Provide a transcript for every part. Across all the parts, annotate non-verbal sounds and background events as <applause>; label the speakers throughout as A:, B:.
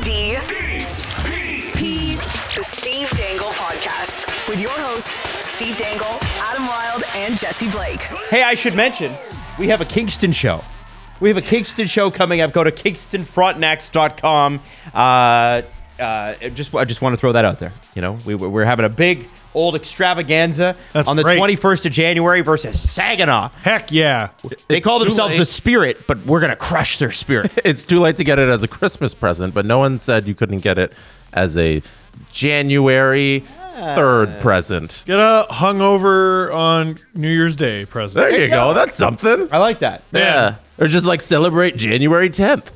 A: D P the Steve Dangle Podcast with your hosts Steve Dangle, Adam Wilde, and Jesse Blake.
B: Hey, I should mention we have a Kingston show. We have a Kingston show coming up. Go to kingstonfrontenax.com. Uh, uh, just, I just want to throw that out there. You know, we, we're having a big old extravaganza
C: That's
B: on the
C: great.
B: 21st of January versus Saginaw.
C: Heck yeah.
B: They call
D: too
B: themselves
D: late.
B: the Spirit, but we're gonna crush their spirit.
D: <laughs> it's too late to get it as a Christmas present, but no one said you couldn't get it as a January
B: Ah.
D: third present.
C: Get a hungover on New Year's Day present.
D: There you go. That's something.
B: I like that.
D: Yeah. Or just like celebrate January <laughs> 10th.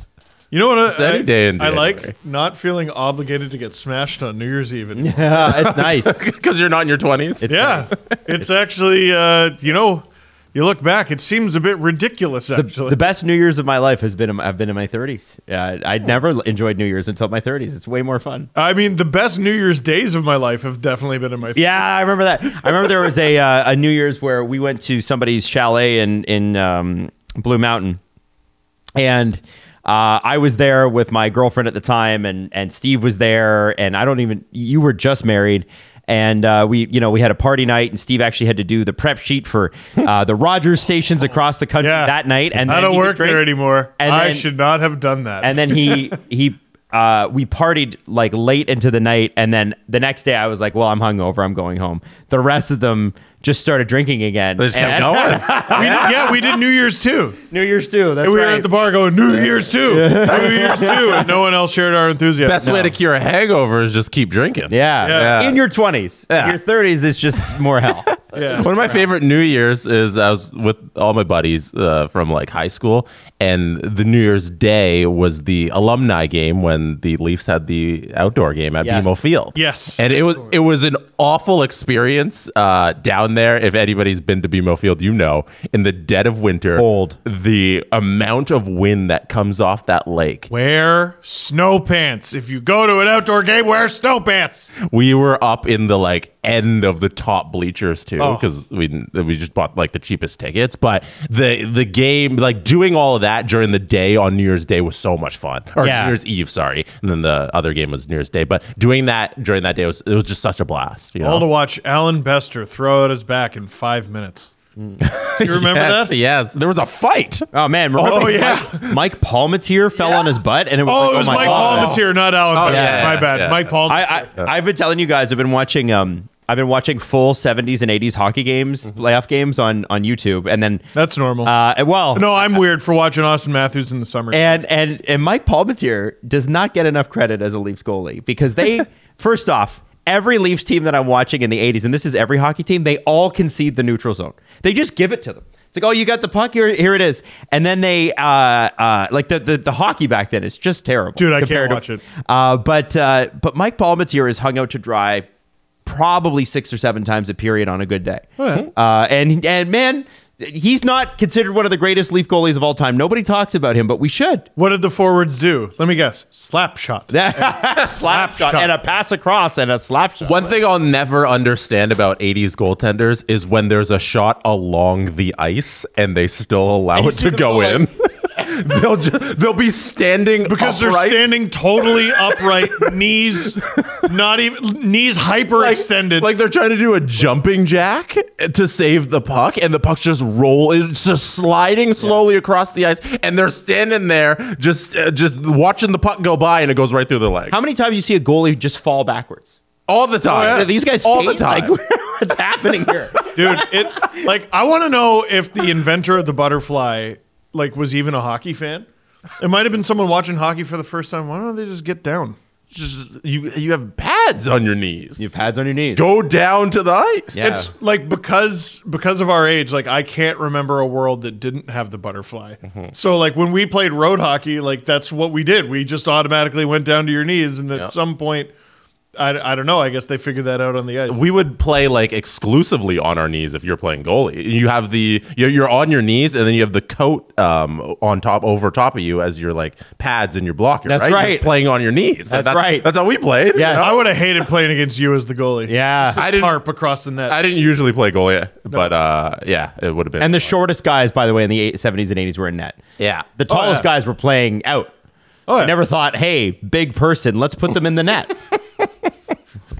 C: You know what? I,
D: any day in
C: I
D: January.
C: like not feeling obligated to get smashed on New Year's Eve anymore.
B: <laughs> Uh, it's nice.
D: Because you're not in your 20s.
C: yeah. It's actually, uh, you know, you look back, it seems a bit ridiculous, actually.
B: The best New Year's of my life has been in, I've been in my 30s. Uh, I never enjoyed New Year's until my 30s. It's way more fun.
C: I mean, the best New Year's days of my life have definitely been in my.
B: Yeah, I remember that. I remember there was a uh, a New Year's where we went to somebody's chalet in in um, Blue Mountain, and uh, I was there with my girlfriend at the time, and and Steve was there, and I don't even you were just married. And uh, we, you know, we had a party night, and Steve actually had to do the prep sheet for uh, the Rogers stations across the country
C: Yeah.
B: that night. And
C: I
B: then
C: don't
B: he could
C: work
B: drink-
C: there anymore.
B: and
C: I
B: then-
C: should not have done that.
B: and then
C: <laughs>
B: he he uh, we partied like late into the night, and then the next day I was like, "Well, I'm hungover. I'm going home." The rest of them just started drinking again.
D: They just kept
B: And-
D: going.
C: we did, yeah, we did New Year's too.
B: <laughs> New Year's too. <laughs> That's
C: And we were
B: right.
C: at the bar going, New Year's
B: <laughs>
C: too. New Year's too. And no one else shared our enthusiasm.
D: Best way to cure a hangover is just keep drinking.
B: yeah.
C: Yeah.
B: in your twenties,
D: Yeah.
B: your thirties, it's just more
C: <laughs>
B: hell.
C: Yeah.
D: One of my favorite New Year's is I was with all my buddies uh, from like high school, and the New Year's Day was the alumni game when the Leafs had the outdoor game at
B: Yes.
D: BMO Field.
C: Yes.
D: and it was it was an awful experience uh, down there. If anybody's been to BMO Field, you know, in the dead of winter,
B: Cold.
D: the amount of wind that comes off that lake.
C: Wear snow pants. If you go to an outdoor game, wear snow pants.
D: We were up in the like end of the top bleachers too, because we didn't- we just bought like the cheapest tickets. But the the game, like doing all of that during the day on New Year's Day was so much fun, or
B: Yeah.
D: New Year's Eve, sorry. And then the other game was New Year's Day, but doing that during that day was it was just such a blast. You know?
C: All to watch Alan Bester throw out his back in five minutes.
B: Mm.
C: You
B: <laughs>
C: remember
D: yes, <laughs>
C: that?
D: Yes, there was a fight.
B: Oh man! Remember
C: Oh,
B: when
C: yeah.
B: Mike, Mike Palmatier fell on his butt, and it was
C: Oh,
B: like,
C: it was
B: my
C: Mike
B: God. Oh,
C: Palmatier, not Alan Bester.
D: yeah,
C: my
D: yeah,
C: bad.
D: yeah.
C: Mike Palmatier.
B: I, I I've been telling you guys. I've been watching um I've been watching full seventies and eighties hockey games, playoff games on on YouTube, and then
C: Mm-hmm. That's normal.
B: uh well
C: no, I'm weird for watching Austin Matthews in the summer.
B: And and and Mike Palmatier does not get enough credit as a Leafs goalie because
C: <laughs>
B: they first off every Leafs team that I'm watching in the 80s and this is every hockey team they all concede the neutral zone. They just give it to them. It's like oh you got the puck here here it is and then they uh uh like the the, the hockey back then is just terrible.
C: Dude, I can't
B: compared to-
C: watch it.
B: Uh but uh but Mike Palmatier is hung out to dry probably 6 or 7 times a period on a good day.
D: Oh,
B: Uh, and and man, he's not considered one of the greatest Leaf goalies of all time. Nobody talks about him, but we should.
C: what did the forwards do? Let me guess. Slap
B: <laughs>
C: shot.
B: slap shot
C: shot.
B: and a pass across and a slap shot.
D: One thing I'll never understand about 80s goaltenders is when there's a shot along the ice and they still allow it to
B: see them
D: go
B: go
D: in. <laughs> they'll ju- they'll be standing
C: because they're
D: upright,
C: standing totally upright, knees not
B: <laughs>
C: even knees hyperextended.
D: Like they're trying to do a jumping jack to save the puck, and the puck's just roll. It's just sliding slowly across the ice, and they're standing there just uh, just watching the puck go by, and it goes right through their leg
B: How many times you see a goalie just fall backwards?
D: all the time.
B: Yeah, these guys
D: Oh, all the
B: skate? <laughs>
D: time.
B: Like, what's happening
D: <laughs>
B: here?
C: dude it like i want to know if the inventor of the butterfly like was even a hockey fan it might have been someone watching hockey for the first time why don't they just get down
D: Just- you you have pads on your knees.
B: You have pads on your knees.
D: go down to the ice.
B: Yeah.
C: it's like because because of our age like i can't remember a world that didn't have the butterfly
D: Mm-hmm.
C: so like when we played road hockey like that's what we did we just automatically went down to your knees and at
D: Yeah.
C: some point I, I don't know i guess they figured that out on the ice
D: we would play like exclusively on our knees if you're playing goalie. You have the you're, you're on your knees and then you have the coat um, on top over top of you as your like pads and your blocker.
B: That's
D: You're
B: right.
D: playing on your knees.
B: That's right.
D: That's how we played.
B: Yeah.
C: i would have hated playing against you as the goalie
B: Yeah.
D: I didn't.
C: tarp across the net
D: I didn't usually play goalie, but uh, yeah, it would have been.
B: And the shortest guys, by the way, in the eight- 70s and 80s were in net.
D: yeah,
B: The tallest
C: yeah.
B: guys were playing out.
C: Oh, yeah.
B: Never thought, hey, big person, let's put them in the net.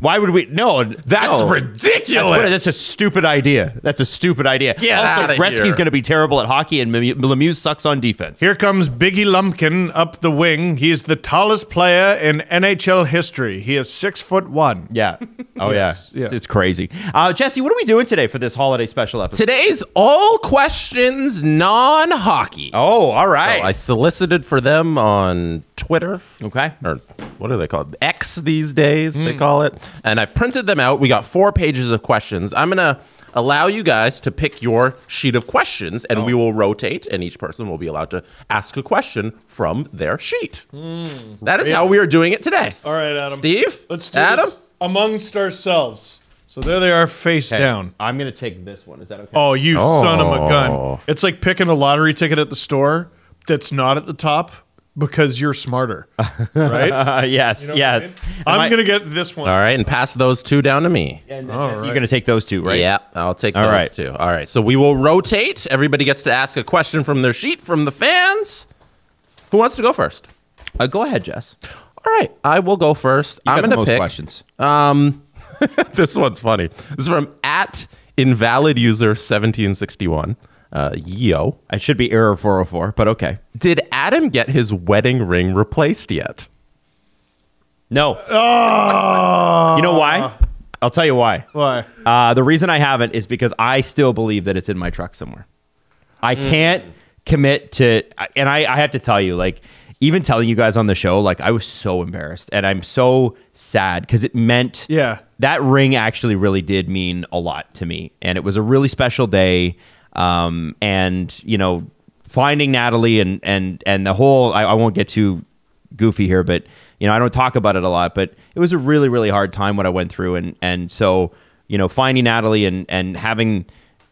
B: Why would we? No,
D: That's
B: no.
D: ridiculous.
B: That's, what- that's a stupid idea. That's a stupid idea.
D: Get
B: also,
D: outta
B: Gretzky's
D: here.
B: going to be terrible at hockey, and Lemieux- Lemieux sucks on defense.
C: Here comes Biggie Lumpkin up the wing. He is the tallest player in NHL history. He is six foot one.
B: Yeah. Oh
C: Yes.
B: yeah.
C: Yeah.
B: It's, it's crazy. Uh, Jesse, what are we doing today for this holiday special episode?
D: Today's all questions non hockey.
B: Oh, all right.
D: So I solicited for them on Twitter.
B: Okay. Hmm.
D: Or what are they called? X these days, they call it. And I've printed them out. We got four pages of questions. I'm going to allow you guys to pick your sheet of questions and
B: Oh.
D: we will rotate and each person will be allowed to ask a question from their sheet.
B: Hmm.
D: That is how we are doing it today.
C: All right, Adam.
D: Steve?
C: Let's do
D: Adam?
C: this amongst ourselves. So there they are, face down.
B: I'm going to take this one. Is that okay?
C: Oh, you son of a gun! It's like picking a lottery ticket at the store that's not at the top because you're smarter, right?
B: <laughs> Uh, yes. yes.
C: I'm
B: Am I-
C: gonna get this one.
D: All right, and pass those two down to me.
B: And, uh, Jesse, You're going to take those two, right?
D: Yeah, I'll take
B: All
D: those
B: right.
D: two. All right, so we will rotate. Everybody gets to ask a question from their sheet from the fans. Who wants to go first?
B: Uh, go ahead, Jess.
D: All right, I will go first.
B: You
D: I'm
B: got the
D: going to
B: most
D: pick.
B: questions.
D: Um, <laughs> this one's funny. This is from at invalid user 1761. Uh, yo,
B: I should be error 404, but okay.
D: did Adam get his wedding ring replaced yet?
B: No. You know why? I'll tell you why.
C: Ah, Why?
B: Uh, the reason I haven't is because I still believe that it's in my truck somewhere. I can't commit to, and I, I have to tell you, like, even telling you guys on the show, like, I was so embarrassed and I'm so sad because it meant,
C: Yeah.
B: that ring actually really did mean a lot to me. And it was a really special day. Um, and, you know, finding Natalie and, and, and the whole, I, I won't get too goofy here, but, you know, I don't talk about it a lot, but it was a really, really hard time what I went through. And, and so, you know, finding Natalie and, and having,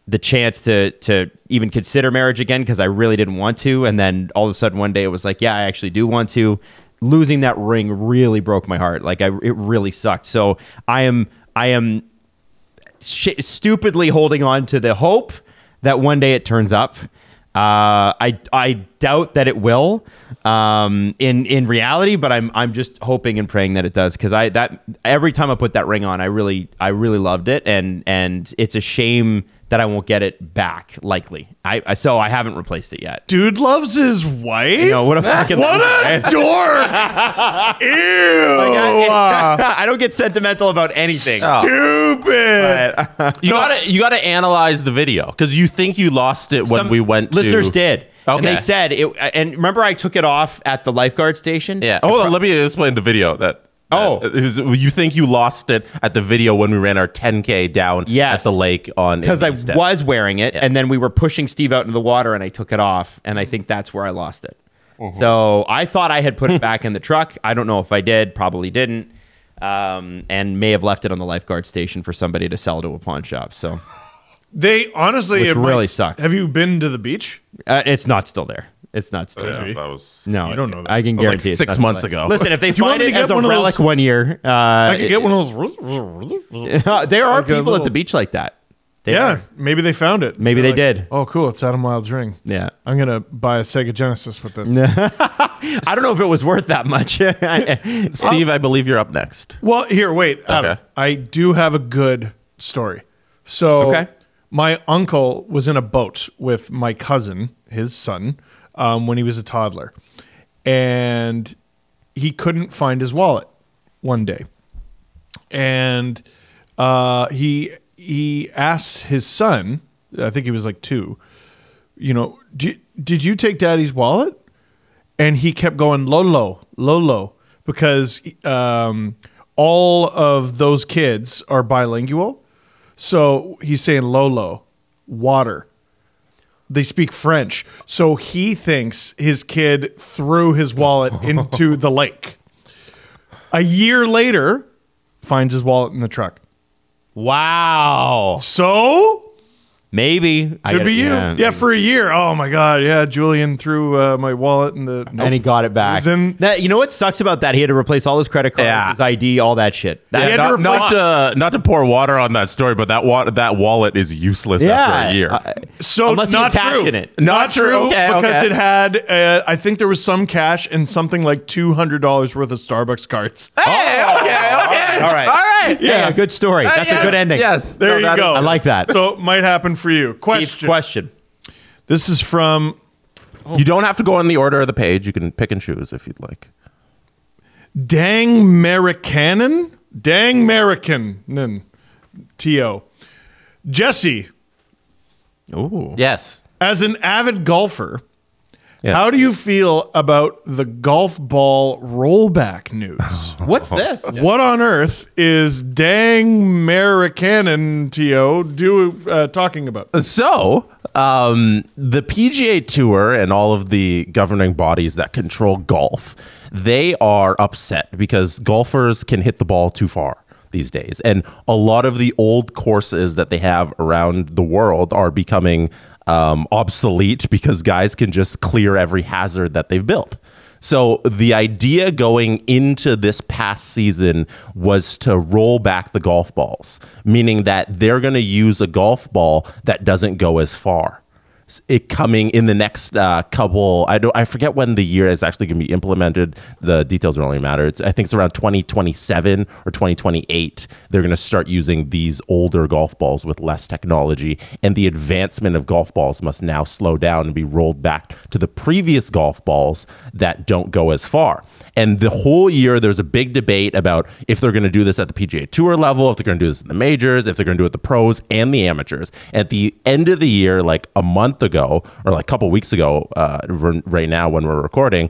B: the chance to to even consider marriage again because I really didn't want to, and then all of a sudden one day it was like, yeah, I actually do want to. Losing that ring really broke my heart. Like I, it really sucked. So I am I am sh- stupidly holding on to the hope that one day it turns up. Uh, I I doubt that it will um, in in reality, but I'm I'm just hoping and praying that it does because I that every time I put that ring on, I really I really loved it, and and it's a shame that I won't get it back. Likely, I, I so I haven't replaced it yet.
C: Dude loves his wife.
B: You know what a fucking
C: what
B: loser,
D: <laughs>
C: a
B: right?
C: dork! Ew!
B: <laughs> I don't get sentimental about anything.
C: Stupid.
D: You gotta you gotta analyze the video because you think you lost it when
B: Some
D: we went.
B: Listeners
D: to,
B: did. And they
D: Okay.
B: said it. And remember, I took it off at the lifeguard station.
D: Yeah. Hold on. Let me explain the video that.
B: Oh.
D: that is- you think you lost it at the video when we ran our 10k down
B: Yes.
D: at the lake on
B: because I
D: Indian Steps.
B: was wearing it, and then we were pushing Steve out into the water, and I took it off, and I think that's where I lost it.
D: Mm-hmm.
B: So I thought I had put it back in the truck. I don't know if I did. Probably didn't. Um, and may have left it on the lifeguard station for somebody to sell to a pawn shop. So
C: They honestly,
B: Which
C: it
B: really sucks.
C: Have you been to the beach?
B: uh, it's not still there. It's not still there.
C: Yeah.
D: That was-
B: No,
C: You don't know that.
B: I can
D: That was like
B: guarantee it's
D: six
B: not still
D: months
B: there.
D: ago.
B: Listen, if they
C: <laughs> you want
B: find
C: me
B: it
C: to get
B: as a
C: one of those-
B: relic one year, uh,
C: I could get
B: it-
C: one of
B: <laughs>
C: those.
B: Uh, there are
C: like a
B: people at
C: little-
B: the beach like that. They
C: yeah,
B: are.
C: maybe they found it.
B: Maybe they did.
C: Oh, cool! It's Adam Wilde's ring.
B: Yeah.
C: I'm gonna buy a Sega Genesis with this.
B: I don't know if it was worth that much. <laughs>
D: Steve, I believe you're up next.
C: Well, here, wait. Adam,
D: Okay.
C: I do have a good story. So,
B: Okay.
C: my uncle was in a boat with my cousin, his son, um, when he was a toddler, and he couldn't find his wallet one day, and uh, he he asked his son, I think he was like two, you know, "Did- did you take daddy's wallet? and he kept going Lolo, Lolo, because um, all of those kids are bilingual. So he's saying Lolo, water. They speak French. So he thinks his kid threw
B: <laughs>
C: his wallet into the lake. A year later, finds his wallet in the truck.
B: Wow.
C: So
B: Maybe I
C: Could
B: gotta-
C: be you. Yeah. for a year. Oh my God. Yeah, Julian threw uh, my wallet in the.
B: and he got it back.
C: was in-
B: that, you know what sucks about that? He had to replace all his credit cards,
D: Yeah.
B: his ID, all that shit. That,
D: Yeah,
C: had to
D: not,
C: replace-
D: not to not to pour water on that story, but that wa- that wallet is useless after a year.
B: I-
C: So
B: unless
C: not
B: you cash
C: true.
B: in it.
D: Not
C: true
D: true. Okay,
C: because
D: okay.
C: it had. Uh, I think there was some cash and something like two hundred dollars worth of Starbucks cards.
D: Hey, okay, okay,
B: All right.
D: all right.
B: Yeah, good story.
D: Uh,
B: That's
D: yes,
B: a good ending.
D: Yes,
C: There you
D: that-
C: go.
B: I like that.
C: So it might happen for you.
B: Each
C: Question.
B: question.
C: This is from
D: You don't have to go in the order of the page. You can pick and choose if you'd like.
C: Dang Americanin? Dang Americanin. T.O. Jesse,
B: Ooh.
D: Yes.
C: as an avid golfer,
D: Yeah.
C: how do you feel about the golf ball
B: <laughs>
C: rollback news?
B: What's this?
C: what on earth is Dang Americanin, T.O., do, uh, talking about?
D: So, um, the PGA Tour and all of the governing bodies that control golf, they are upset because golfers can hit the ball too far these days, and a lot of the old courses that they have around the world are becoming um, obsolete because guys can just clear every hazard that they've built. So the idea going into this past season was to roll back the golf balls, meaning that they're going to use a golf ball that doesn't go as far. S- It coming in the next uh, couple. I don't. I forget when the year is actually going to be implemented. The details don't really matter. It's, I think it's around 2027 or 2028. They're going to start using these older golf balls with less technology, and the advancement of golf balls must now slow down and be rolled back to the previous golf balls that don't go as far. And the whole year, there's a big debate about if they're going to do this at the PGA Tour level, if they're going to do this in the majors, if they're going to do it the pros and the amateurs. At the end of the year, like a month ago or like a couple weeks ago, uh, r- right now when we're recording,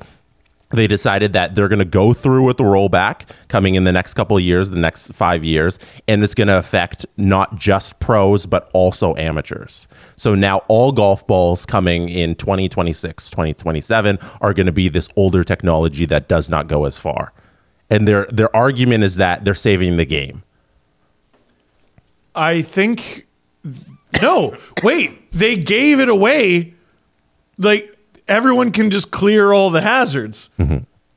D: they decided that they're going to go through with the rollback coming in the next couple of years, the next five years, and it's going to affect not just pros, but also amateurs. So now all golf balls coming in 2026, 2027 are going to be this older technology that does not go as far. And their, their argument is that they're saving the game.
C: I think. No, wait. They gave it away. Like, everyone can just clear all the hazards.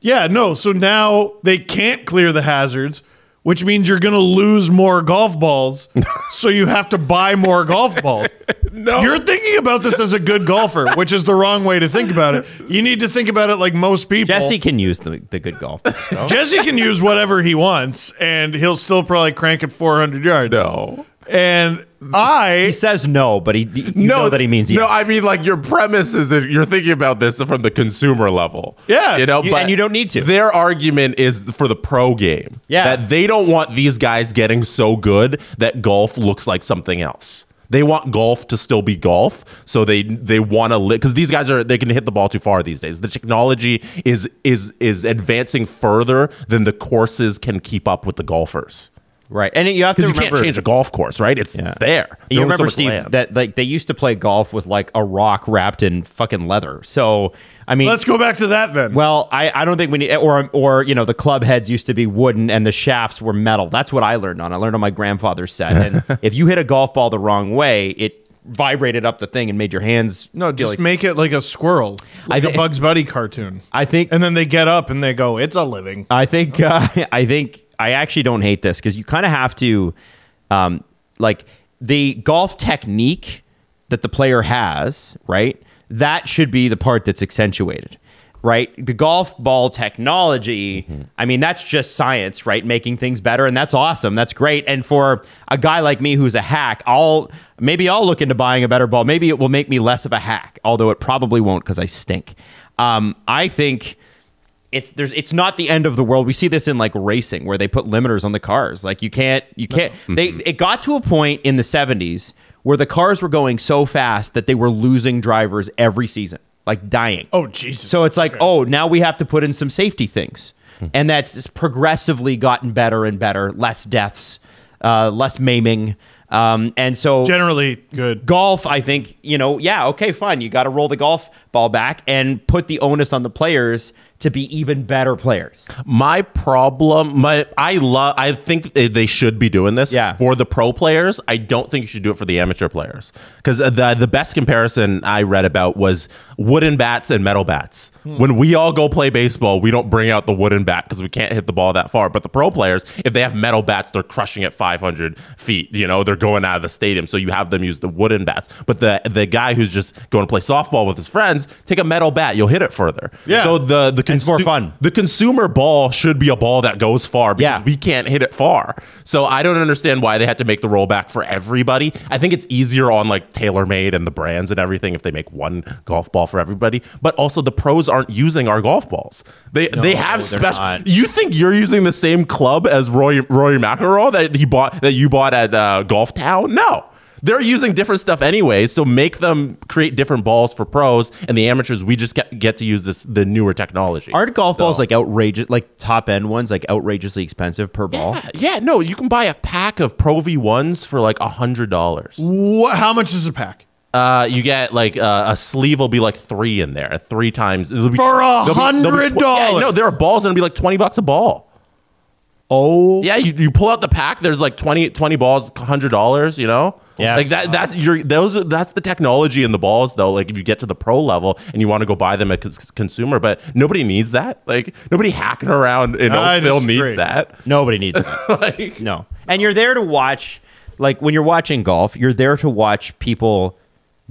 C: Yeah, no. So now they can't clear the hazards, which means you're going to lose more golf balls. so you have to buy more golf balls. No. You're thinking about this as a good golfer, which is the wrong way to think about it. You need to think about it like most people.
B: Jesse can use the, the good golf.
C: Jesse can use whatever he wants, and he'll still probably crank it 400 yards.
D: No.
C: And I
B: he says no, but he you know that he means yes.
D: No, I mean like your premise is that you're thinking about this from the consumer level.
C: Yeah.
D: you know,
B: You-
D: but
B: and you don't need to.
D: Their argument is for the pro game.
B: Yeah.
D: that they don't want these guys getting so good that golf looks like something else. They want golf to still be golf, so they they want to live because these guys are they can hit the ball too far these days. The technology is is is advancing further than the courses can keep up with the golfers.
B: right. And you have to
D: Because you
B: remember
D: can't change a golf course, right? It's,
B: Yeah.
D: it's there. There's only so
B: You remember
D: much
B: Steve
D: land.
B: that like they used to play golf with like a rock wrapped in fucking leather. So I mean,
C: let's go back to that then.
B: well, I, I don't think we need or or you know the club heads used to be wooden and the shafts were metal. That's what I learned on. I learned on my grandfather's set.
D: <laughs>
B: And if you hit a golf ball the wrong way, it vibrated up the thing and made your hands
C: No,
B: feel
C: just
B: like-
C: make it like a squirrel, like
B: thi-
C: a Bugs Bunny cartoon.
B: I think
C: and then they get up and they go, "It's a living."
B: I think <laughs> uh, I think I actually don't hate this because you kind of have to, um, like the golf technique that the player has, right? That should be the part that's accentuated, right? The golf ball technology. I mean, that's just science, right? Making things better, and that's awesome. That's great. And for a guy like me who's a hack, I'll maybe I'll look into buying a better ball. Maybe it will make me less of a hack, although it probably won't because I stink. Um, I think it's there's it's not the end of the world. We see this in like racing where they put limiters on the cars. Like you can't you can't they it got to a point in the 70s where the cars were going so fast that they were losing drivers every season, like dying.
C: Oh Jesus!
B: So it's like, oh, now we have to put in some safety things. And that's just progressively gotten better and better, less deaths, uh, less maiming. Um, and so
C: generally good.
B: golf, I think, you know, yeah, okay, fine. You got to roll the golf ball back and put the onus on the players to be even better players.
D: My problem, my I love. I think they- they should be doing this
B: Yeah.
D: for the pro players. I don't think you should do it for the amateur players because the the best comparison I read about was wooden bats and metal bats.
B: Hmm.
D: When we all go play baseball, we don't bring out the wooden bat because we can't hit the ball that far. But the pro players, if they have metal bats, they're crushing at 500 feet. You know, they're going out of the stadium, so you have them use the wooden bats. But the the guy who's just going to play softball with his friends, take a metal bat, you'll hit it further.
C: Yeah.
D: So the the
B: It's more
D: consu-
B: fun.
D: the consumer ball should be a ball that goes far because
B: Yeah.
D: we can't hit it far. So I don't understand why they had to make the rollback for everybody. I think it's easier on like TaylorMade and the brands and everything if they make one golf ball for everybody. But also the pros aren't using our golf balls. They they have
B: they're
D: special.
B: not.
D: You think you're using the same club as Roy Roy McElroy that he bought that you bought at uh, Golf Town? No. They're using different stuff anyway, so make them create different balls for pros and the amateurs. We just get, get to use this the newer technology.
B: Aren't golf balls like outrageous, like top end ones, like outrageously expensive per ball?
D: Yeah, yeah, no, you can buy a pack of Pro V ones for like a hundred dollars.
C: Wha how much is a pack?
D: Uh, you get like uh, a sleeve will be like three in there, three times it'll be,
C: For a
D: they'll be- they'll be tw-
C: $100.
D: Yeah, no, there are balls that'll be like twenty bucks a ball.
C: Oh,
D: Yeah, you, you pull out the pack. There's like 20, 20 balls, hundred dollars. You know,
B: Yeah.
D: like that. That's your those. are- That's the technology in the balls, though. Like if you get to the pro level and you want to go buy them at cons- consumer, but nobody needs that. Like nobody hacking around in
C: I
D: Oakville
C: disagree.
D: needs that.
B: Nobody
D: <laughs>
B: needs that.
D: like,
B: No. And you're there to watch, like when you're watching golf, you're there to watch people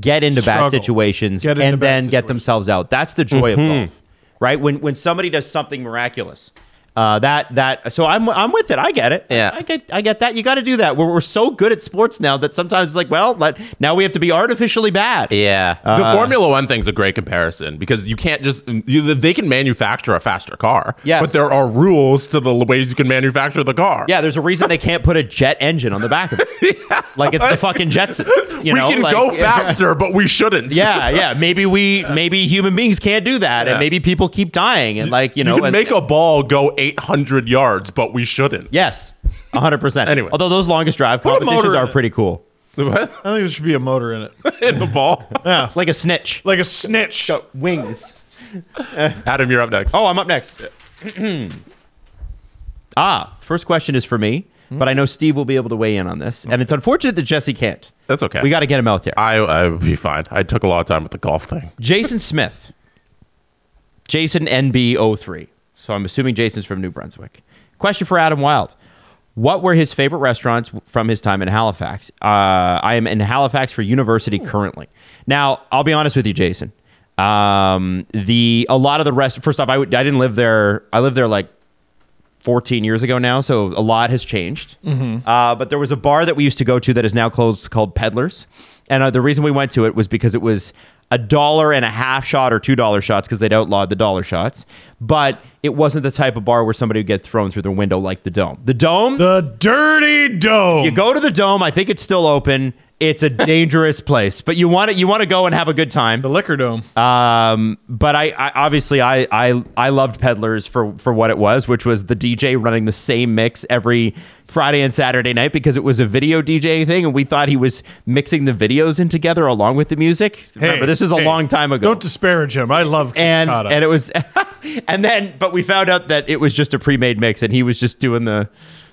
B: get into
C: Struggle.
B: bad situations
C: Get into
B: and
C: bad
B: then get
C: situations.
B: themselves out. That's the joy
D: Mm-hmm.
B: of golf, right? When when somebody does something miraculous. Uh, that that so I'm I'm with it. I get it.
D: Yeah.
B: I, get I get that. You got to do that. We're, we're so good at sports now that sometimes it's like, well, let, now we have to be artificially bad. Uh,
D: Yeah. the Formula One thing's a great comparison because you can't just, you, they can manufacture a faster car.
B: Yes.
D: But there are rules to the ways you can manufacture the car.
B: Yeah, there's a reason they can't put a jet engine on the back of
D: <laughs>
B: it. Like it's the fucking Jetsons. You
D: we
B: know,
D: can
B: like- <laughs>
D: go faster, but we shouldn't.
B: Yeah, yeah. Maybe we, maybe human beings can't do that, and
D: Yeah.
B: maybe people keep dying, and like you know,
D: you can
B: and-
D: make a ball go 800 yards, but we shouldn't.
B: yes, hundred percent.
D: Anyway.
B: although those longest drive
C: a
B: competitions
C: motor
B: are
C: in it.
B: pretty cool,
D: <laughs> What?
C: I think there should be a motor
B: <laughs>
C: in it,
D: In the ball.
B: like a snitch,
C: like a snitch.
B: wings.
D: Adam, you're up next.
B: Oh, I'm up next. <clears throat> ah, first question is for me,
D: Hmm?
B: but I know Steve will be able to weigh in on this, and it's unfortunate that Jesse can't.
D: That's okay.
B: We got to get him out there.
D: I, I would be fine. I took a lot of time with the golf thing.
B: Jason Smith. Jason NB03. So I'm assuming Jason's from New Brunswick. Question for Adam Wild. What were his favorite restaurants from his time in Halifax? Uh, I am in Halifax for university currently. Now, I'll be honest with you, Jason. Um, the a lot of the rest. First off, I would I didn't live there. I lived there like 14 years ago now, so a lot has changed. Uh, but there was a bar that we used to go to that is now closed called Peddlers. And uh, the reason we went to it was because it was a dollar and a half shot or two dollar shots because they'd outlawed the dollar shots. But it wasn't the type of bar where somebody would get thrown through their window like the Dome. The Dome,
C: The dirty dome.
B: you go to the Dome. I think it's still open. It's a dangerous place, but you want it. You want to go and have a good time.
C: the liquor dome.
B: Um, but I, I obviously I, I I loved Peddlers for for what it was, which was the DJ running the same mix every Friday and Saturday night because it was a video DJing thing, and we thought he was mixing the videos in together along with the music. Remember,
C: Hey,
B: this is a
C: hey,
B: long time ago.
C: Don't disparage him. I love
B: and
C: Cascada.
B: and it was, <laughs> and then but we found out that it was just a pre-made mix, and he was just doing the,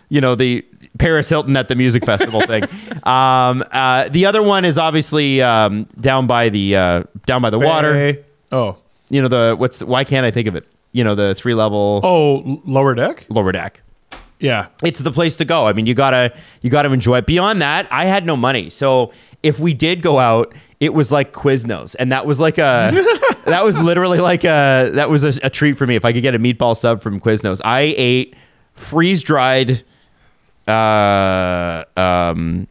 B: you know the. Paris Hilton at the music festival
C: <laughs>
B: thing. Um, uh, the other one is obviously um, down by the uh, down by the water
C: Hey. Oh,
B: you know the what's the, why can't I think of it? You know the three level
C: oh, l- lower deck.
B: lower deck.
C: Yeah,
B: It's the place to go. I mean, you gotta you gotta enjoy it. Beyond that, I had no money, so if we did go out, it was like Quiznos, and that was like a that was literally like a that was a, a treat for me if I could get a meatball sub from Quiznos. I ate freeze dried uh, um,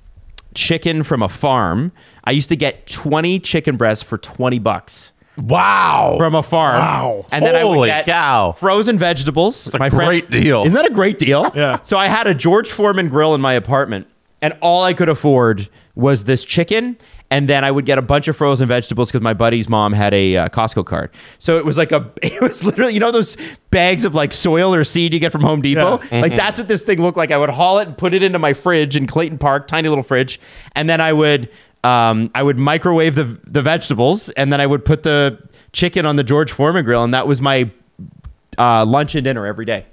B: chicken from a farm. I used to get twenty chicken breasts for twenty bucks.
D: Wow.
B: from a farm.
D: Wow.
B: And then I would
D: Holy
B: get
D: cow.
B: frozen vegetables. It's
D: a great deal.
B: <laughs> Isn't that a great deal?
C: Yeah.
B: So I had a George Foreman grill in my apartment, and all I could afford was this chicken. And then I would get a bunch of frozen vegetables because my buddy's mom had a uh, Costco card. So it was like a, <laughs> it was literally, you know, those bags of like soil or seed you get from Home Depot?
C: Yeah. Mm-hmm.
B: Like that's what this thing looked like. I would haul it and put it into my fridge in Clayton Park, tiny little fridge. And then I would, um, I would microwave the, the vegetables and then I would put the chicken on the George Foreman grill, and that was my uh, lunch and dinner every day.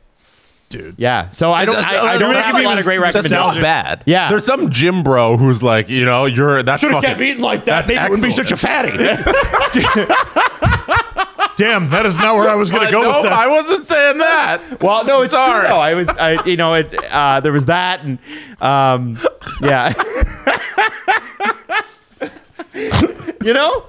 C: dude.
B: Yeah. So I don't. I, I don't
D: That's
B: have a
D: not-
B: lot of great
D: That's not
B: recommendations.
D: bad.
B: Yeah.
D: There's some gym bro who's like, you know, you're that's
E: Should have
D: fucking-
E: kept eating like that.
D: that's
E: Maybe it wouldn't be
D: excellent.
E: such a fatty.
C: <laughs> Damn, that is not where I was going
D: But
E: Uh,
C: to go
D: no,
C: with that.
D: I wasn't saying <laughs> that.
B: Well, no, it's all
D: Sorry.
B: right. No, I was. I you know it. Uh, there was that, and um, yeah. <laughs> you know.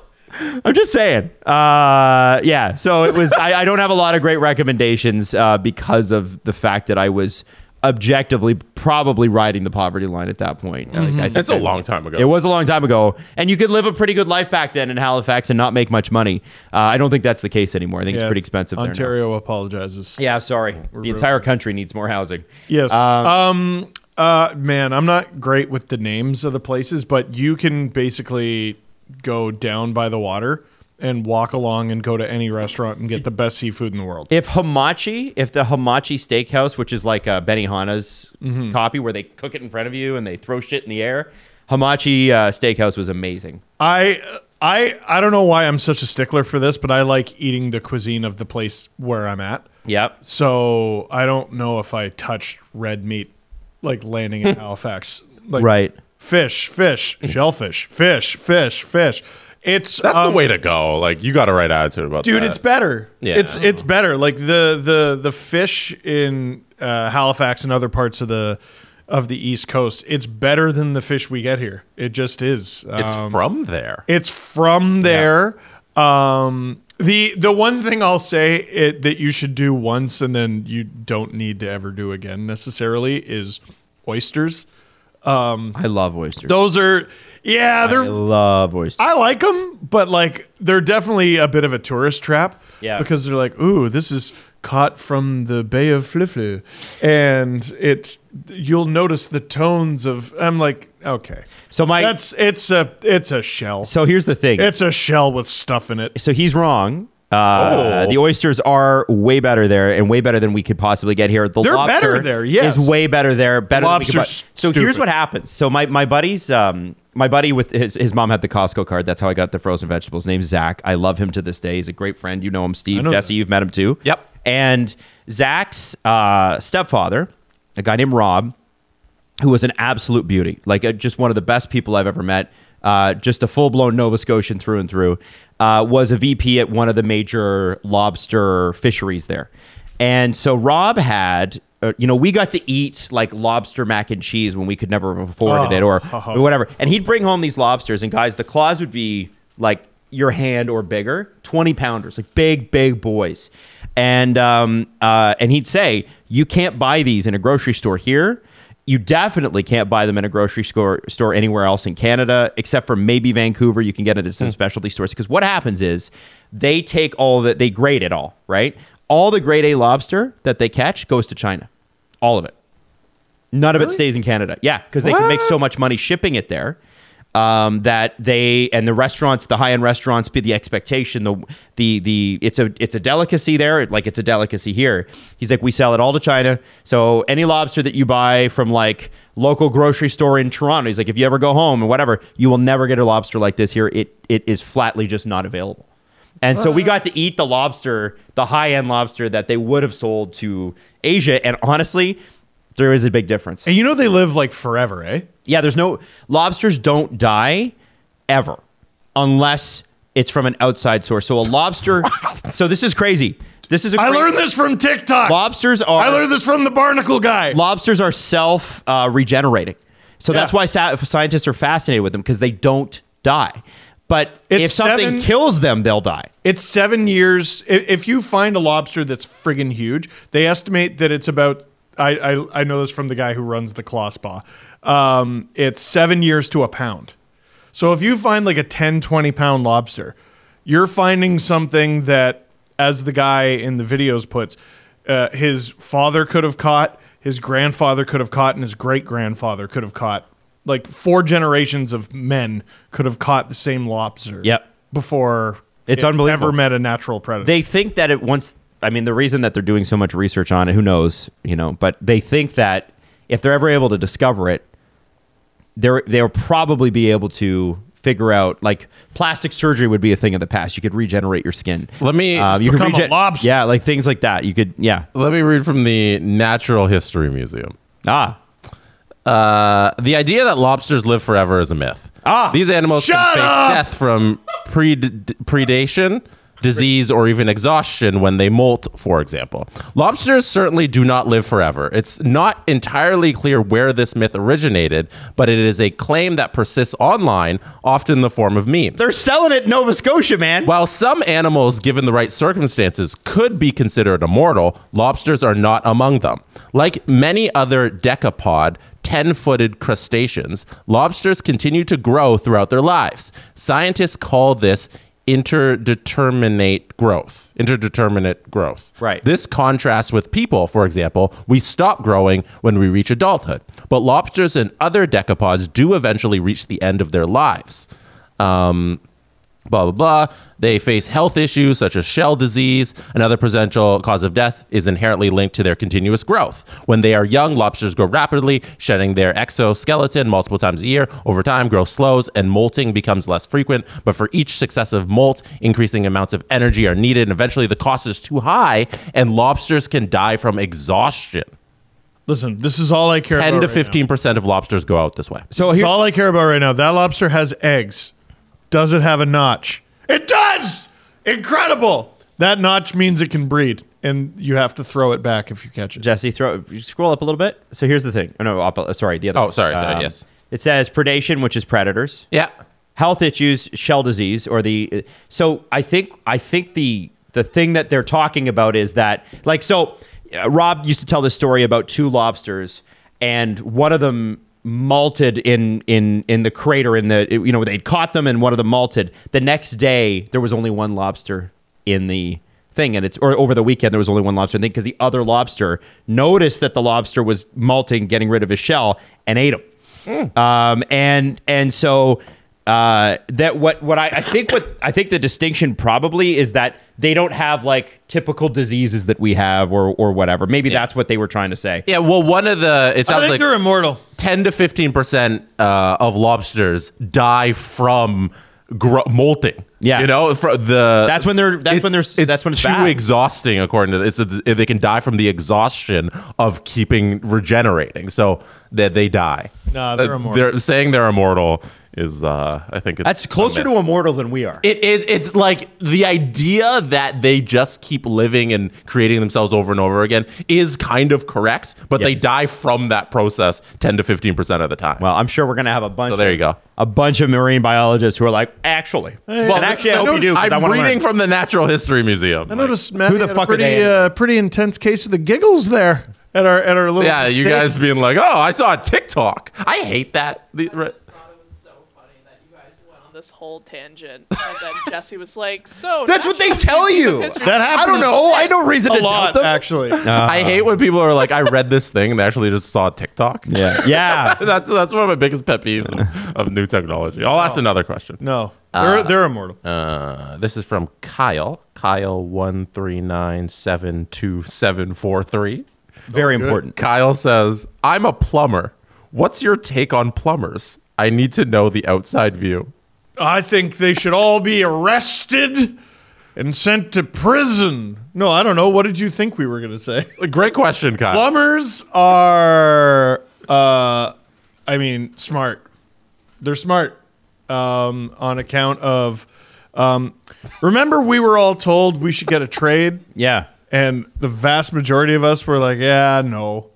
B: I'm just saying. Uh, yeah. So it was. I, I don't have a lot of great recommendations uh, because of the fact that I was objectively probably riding the poverty line at that point. Like, I think
D: It's a
B: that-
D: long time ago.
B: It was a long time ago, and you could live a pretty good life back then in Halifax and not make much money. Uh, I don't think that's the case anymore. I think it's
C: Yeah,
B: pretty expensive. there now.
C: Ontario apologizes.
B: Yeah, sorry. The entire country needs more housing.
C: Yes. um. Uh. Man, I'm not great with the names of the places, but you can basically go down by the water and walk along and go to any restaurant and get the best seafood in the world.
B: If Hamachi, if the Hamachi Steakhouse, which is like uh, Benihana's
C: Mm-hmm.
B: copy, where they cook it in front of you and they throw shit in the air, Hamachi uh, Steakhouse was amazing.
C: I. I, I don't know why I'm such a stickler for this, but I like eating the cuisine of the place where I'm at.
B: Yep.
C: So I don't know if I touched red meat like landing in Halifax. Like
B: Right.
C: Fish, fish, shellfish, fish, fish, fish. It's
D: That's
C: um,
D: the way to go. Like you got a right attitude about
C: dude
D: that.
C: it's better
D: Uh, Yeah.
C: it's it's better like the the the fish in uh, halifax and other parts of the of the east coast it's better than the fish we get here it just is
D: it's
C: Um,
D: from there.
C: it's from there um the the one thing i'll say it, that you should do once and then you don't need to ever do again necessarily is oysters
B: I love oysters.
C: those are yeah
B: I
C: they're
B: love oysters.
C: I like them, but like they're definitely a bit of a tourist trap.
B: Yeah.
C: Because they're like, ooh, this is caught from the Bay of Fliflu, and it you'll notice the tones of. I'm like, okay,
B: so my
C: that's it's a it's a shell.
B: so here's the thing.
C: it's a shell with stuff in it.
B: so he's wrong. Uh,
D: Oh.
B: The oysters are way better there, and way better than we could possibly get here. The
C: They're
B: lobster
C: better there, yes.
B: is way better there. Better than we could
C: Lobster's
B: bu- So here's
C: stupid.
B: what happens. So my my buddy's um my buddy with his his mom had the Costco card. That's how I got the frozen vegetables. His name's Zach. I love him to this day. He's a great friend. You know him, Steve.
C: know
B: Jesse,
C: Zach.
B: you've met him too.
D: Yep.
B: And Zach's uh, stepfather, a guy named Rob, who was an absolute beauty, like uh, just one of the best people I've ever met, uh, just a full blown Nova Scotian through and through, uh, was a VP at one of the major lobster fisheries there. And so Rob had, uh, you know, we got to eat like lobster mac and cheese when we could never have afforded it or whatever. And he'd bring home these lobsters, and guys, the claws would be like your hand or bigger, 20 pounders, like big, big boys. And um, uh, and he'd say, you can't buy these in a grocery store here. You definitely can't buy them in a grocery store store anywhere else in Canada, except for maybe Vancouver. You can get it at some specialty stores because what happens is they take all that they grade it all, right? All the grade A lobster that they catch goes to China, all of it. None of it stays in Canada. Yeah, because they can make so much money shipping it there um, that they and the restaurants, the high end restaurants, be the expectation. The the the it's a it's a delicacy there, like it's a delicacy here. He's like, we sell it all to China. So any lobster that you buy from like local grocery store in Toronto, he's like, if you ever go home and whatever, you will never get a lobster like this here. It it is flatly just not available. And so we
C: Uh.
B: got to eat the lobster, the high end lobster that they would have sold to Asia. And honestly, there is a big difference.
C: And you know they live like forever, eh?
B: Yeah, there's no lobsters don't die ever unless it's from an outside source. So a
C: <laughs>
B: lobster. so this is crazy. This is a
C: I
B: cra-
C: learned this from TikTok.
B: Lobsters are
C: I learned this from the Barnacle guy.
B: lobsters are self uh, regenerating. So that's
C: Yeah.
B: why sa- scientists are fascinated with them because they don't die. But
C: It's
B: if something
C: seven-
B: kills them, they'll die.
C: It's seven years. i- If you find a lobster that's friggin' huge, they estimate that it's about. I, I, I know this from the guy who runs the claw spa. Um, it's seven years to a pound. So if you find like a 10, 20 pound lobster, you're finding something that, as the guy in the videos puts, uh, his father could have caught, his grandfather could have caught, and his great grandfather could have caught. Like four generations of men could have caught the same lobster
B: Yep.
C: before
B: It's
C: it
B: unbelievable.
C: Never met a natural predator.
B: they think that it once i mean the reason that they're doing so much research on it who knows you know but they think that if they're ever able to discover it they're they'll probably be able to figure out like plastic surgery would be a thing of the past. You could regenerate your skin.
D: Let me
B: Um,
D: just
B: you
E: become a lobster.
B: Yeah, like things like that. You could. Yeah.
D: Let me read from the Natural History Museum.
B: Ah.
D: Uh, the idea that lobsters live forever is a myth.
B: Ah,
D: These animals can
C: shut
D: face
C: up!
D: death from pred- predation, disease, or even exhaustion when they molt, for example. Lobsters certainly do not live forever. It's not entirely clear where this myth originated, but it is a claim that persists online, often in the form of memes.
B: They're selling it in Nova Scotia, man.
D: While some animals, given the right circumstances, could be considered immortal, lobsters are not among them. Like many other decapod, 10 footed crustaceans, lobsters continue to grow throughout their lives. Scientists call this interdeterminate growth. Interdeterminate growth.
B: Right.
D: This contrasts with people, for example, we stop growing when we reach adulthood. But lobsters and other decapods do eventually reach the end of their lives blah blah blah. They face health issues such as shell disease. Another potential cause of death is inherently linked to their continuous growth. When they are young, lobsters grow rapidly, shedding their exoskeleton multiple times a year. Over time, growth slows and molting becomes less frequent. But for each successive molt, increasing amounts of energy are needed, and eventually the cost is too high, and lobsters can die from exhaustion.
C: Listen, this is all I care
D: Ten
C: about.
D: to
C: right
D: fifteen percent of lobsters go out this way.
B: So
C: now. This is
B: here,
C: all I care about right now. That lobster has eggs. Does it have a notch? It does! Incredible! That notch means it can breed, and you have to throw it back if you catch it.
B: Jesse, throw scroll up a little bit. So here's the thing. Oh, no, up, uh, sorry, the other.
D: Oh,
B: one.
D: sorry, sorry, yes.
B: It says predation, which is predators.
D: Yeah.
B: Health issues, shell disease, or the. So I think I think the the thing that they're talking about is that like so, uh, Rob used to tell this story about two lobsters, and one of them malted in in in the crater in the you know they'd caught them and one of them malted. The next day there was only one lobster in the thing and it's or over the weekend there was only one lobster thing because the other lobster noticed that the lobster was molting getting rid of his shell and ate him um and and so uh that what what I, I think what i think the distinction probably is that they don't have like typical diseases that we have or or whatever maybe that's what they were trying to say
D: Yeah, well, one of the it
C: I
D: sounds
C: think
D: like
C: they're immortal.
D: 10 to 15 percent uh, of lobsters die from gro- molting.
B: Yeah.
D: you know, fro- the
B: That's when they're- that's
D: it's-
B: when they're- that's when it's
D: too
B: bad.
D: exhausting. According to it's they can die from the exhaustion of keeping regenerating, so that they die.
C: No, they're
D: Uh,
C: immortal.
D: They're saying they're immortal is uh, I think it's
B: that's
D: a
B: closer
D: myth.
B: to immortal than we are
D: It is. It's like the idea that they just keep living and creating themselves over and over again is kind of correct, but they
B: Yes.
D: die from that process ten to fifteen percent of the time.
B: well i'm sure we're gonna have a bunch
D: So there
B: of-
D: you go.
B: a bunch of marine biologists who are like actually well, and actually i hope you do 'cause
D: I'm
B: I wanna learn.
D: reading from the Natural History Museum.
C: I
D: Like,
C: noticed Matt
B: who the
C: had
B: fuck
C: a
B: are
C: pretty,
B: they
C: uh, pretty intense case of the giggles there at our at our little
D: yeah, you
C: state.
D: guys being like, "Oh, I saw a TikTok." I hate that. The-
F: I just thought it was so funny that you guys went on this whole tangent, and
B: <laughs>
F: then Jesse was like, "So
B: That's what they
F: National
B: tell <laughs>
F: Museum of
B: you.
F: History-
C: That happened.
B: i don't know i had no reason
C: a
B: to doubt <laughs>
C: lot Uh,
B: them.
C: actually.
D: I hate when people are like, "I read this thing," and they actually just saw a TikTok.
B: yeah yeah
D: <laughs> that's that's one of my biggest pet peeves of, of new technology. I'll ask another question.
C: no, they're they're immortal.
D: Uh, this is from Kyle. Kyle one three nine seven two seven four three.
B: very important
D: Kyle says, "I'm a plumber. What's your take on plumbers? I need to know the outside view."
C: I think they should all be arrested and sent to prison. No, I don't know. What did you think we were gonna say?
D: Great question, Kyle.
C: <laughs> Plumbers are, uh, I mean, smart. They're smart um, on account of. Um, remember, we were all told we should get a trade,
B: yeah
C: and the vast majority of us were like, "Yeah, no."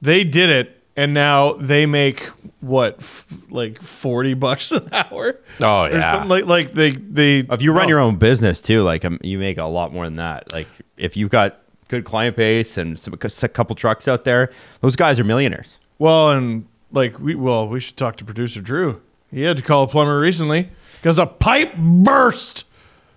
C: They did it, and now they make what, f- like forty bucks an hour?
D: Oh,
C: Or
D: yeah.
C: something like like they they. Oh.
B: If you run
C: no.
B: your own business too, like um, you make a lot more than that. Like if you've got good client base and some, a couple trucks out there, those guys are millionaires.
C: Well, and like we well, we should talk to producer Drew. He had to call a plumber recently because a pipe burst.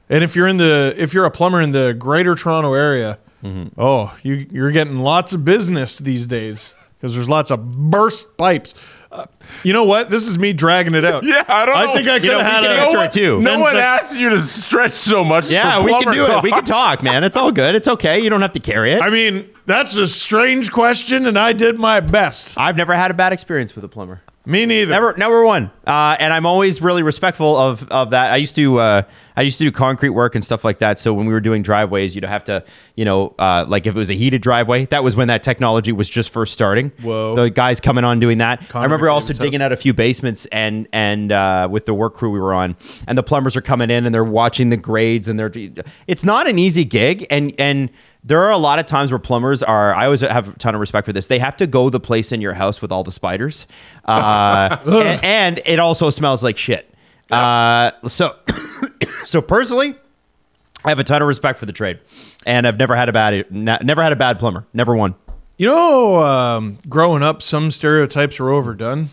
C: And if you're in the if you're a plumber in the Greater Toronto area,
D: Mm-hmm.
C: oh, you you're getting lots of business these days because there's lots of burst pipes. Uh, you know what? This is me dragging it
D: <laughs>
C: out.
D: Yeah, I don't
C: I
D: know.
C: think I
D: You
C: could
B: know,
C: have
B: we
C: had
B: can
C: a-
B: answer
C: no
B: it
C: one-
B: too.
D: No
C: ten
D: one
C: sec-
D: asked you to stretch so much.
B: Yeah,
D: for
B: we can
D: plumber
B: do it.
D: talk.
B: We <laughs> can talk, man. It's all good. It's okay. You don't have to carry it.
C: I mean, that's a strange question, and I did my best.
B: I've never had a bad experience with a plumber.
C: Me neither.
B: Never, number one, uh, and I'm always really respectful of of that. I used to uh, I used to do concrete work and stuff like that. So when we were doing driveways, you'd have to, you know, uh, like if it was a heated driveway, that was when that technology was just first starting.
C: Whoa.
B: the guys coming on doing that. I
C: Connor
B: remember also
C: McDavid's house.
B: digging out a few basements and and uh, with the work crew we were on, and the plumbers are coming in and they're watching the grades and they're. It's not an easy gig, and and there are a lot of times where plumbers are. I always have a ton of respect for this. They have to go the place in your house with all the spiders, uh, and, and it also smells like shit. Uh, so, <coughs> so personally. I have a ton of respect for the trade, and I've never had a bad, ne- never had a bad plumber, never one.
C: You know, um, growing up, some stereotypes were overdone.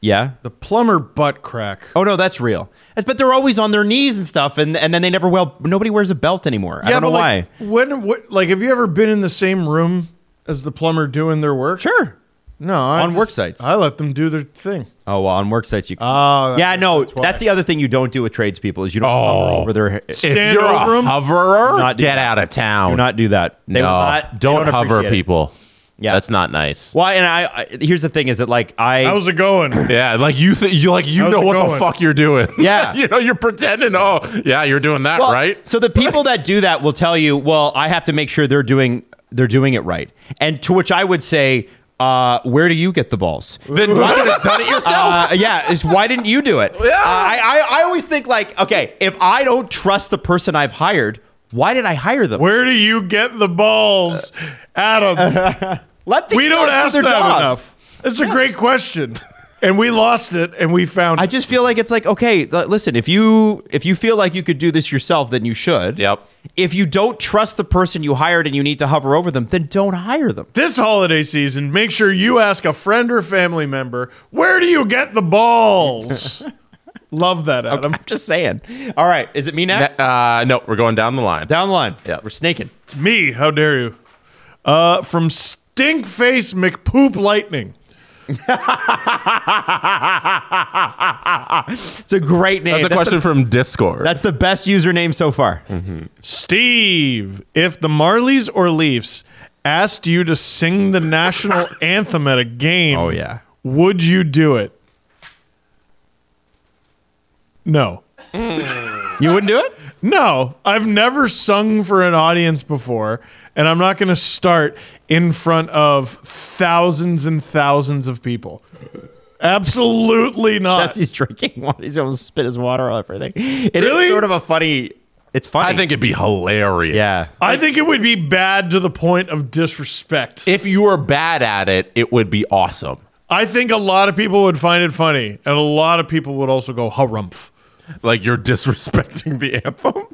B: Yeah,
C: The plumber butt crack.
B: Oh no, that's real. That's, but they're always on their knees and stuff, and and then they never well. Nobody wears a belt anymore. I don't know
C: but
B: why.
C: like, when what like have you ever been in the same room as the plumber doing their work?
B: sure.
C: No, I
B: On
C: just-
B: work sites.
C: I let them do their thing.
B: Oh well, on work sites you. Can.
C: Oh,
B: yeah, no, that's,
C: why.
B: the other thing you don't do with tradespeople is you don't hover over their.
C: Stand
D: You're
C: over
D: a
C: 'em.
D: hoverer.
B: not do
D: Get out
B: that.
D: of town.
B: do not do that. They
D: no,
B: will not. they
D: don't, hover
B: appreciate it.
D: people.
B: Yeah.
D: that's not nice.
B: Why? And I, I here's the thing: is that like I.
C: How's
B: <laughs>
C: it going?
D: Yeah, like you, th- you like you
C: How's
D: know
C: it
D: what the
C: going?
D: fuck you're doing.
B: Yeah.
D: <laughs> you know you're pretending. Oh, yeah, you're doing that
B: Well,
D: right.
B: So the people that do that will tell you, well, I have to make sure they're doing they're doing it right. And to which I would say, uh, where do you get the balls?
D: Then why would
B: <laughs>
D: have done it yourself?
B: Uh, yeah, is why didn't you do it?
D: Yeah.
B: Uh, I, I, I always think like, okay, if I don't trust the person I've hired, why did I hire them?
C: Where do you get the balls,
B: <laughs>
C: Adam?
B: Let them
C: We
B: go
C: don't
B: do
C: ask
B: their
C: that
B: job.
C: enough. It's a great question, and we lost it, and we found.
B: I
C: it.
B: just feel like it's like, okay, l- listen, if you if you feel like you could do this yourself, then you should.
D: Yep.
B: If you don't trust the person you hired and you need to hover over them, then don't hire them.
C: this holiday season, make sure you ask a friend or family member, "Where do you get
B: <laughs>
C: the balls?" Love that, Adam.
B: I'm just saying. All right, is it me next?
D: Uh, no, we're going down the line.
B: Down the line.
D: Yeah.
B: We're snaking.
C: Me, how dare you? Uh, from Stinkface McPoop Lightning.
B: It's a great name.
D: That's a question Hmm. from Discord.
B: That's the best username so far.
C: Steve, if the Marleys or Leafs asked you to sing
D: <laughs>
C: the national anthem at a game,
D: Oh, yeah.
C: would you do it? No.
B: You wouldn't
D: <laughs>
B: do it?
C: No, I've never sung for an audience before, and I'm not going to start in front of thousands and thousands of people. Absolutely not.
B: Jesse's drinking water. He's almost spit his water all over everything. It is
C: Really?
B: sort of a funny. It's funny.
D: I think it'd be hilarious.
B: Yeah.
C: I think it would be bad to the point of disrespect.
D: If you were bad at it, it would be awesome.
C: I think a lot of people would find it funny, and a lot of people would also go harumph.
D: Like you're disrespecting the anthem.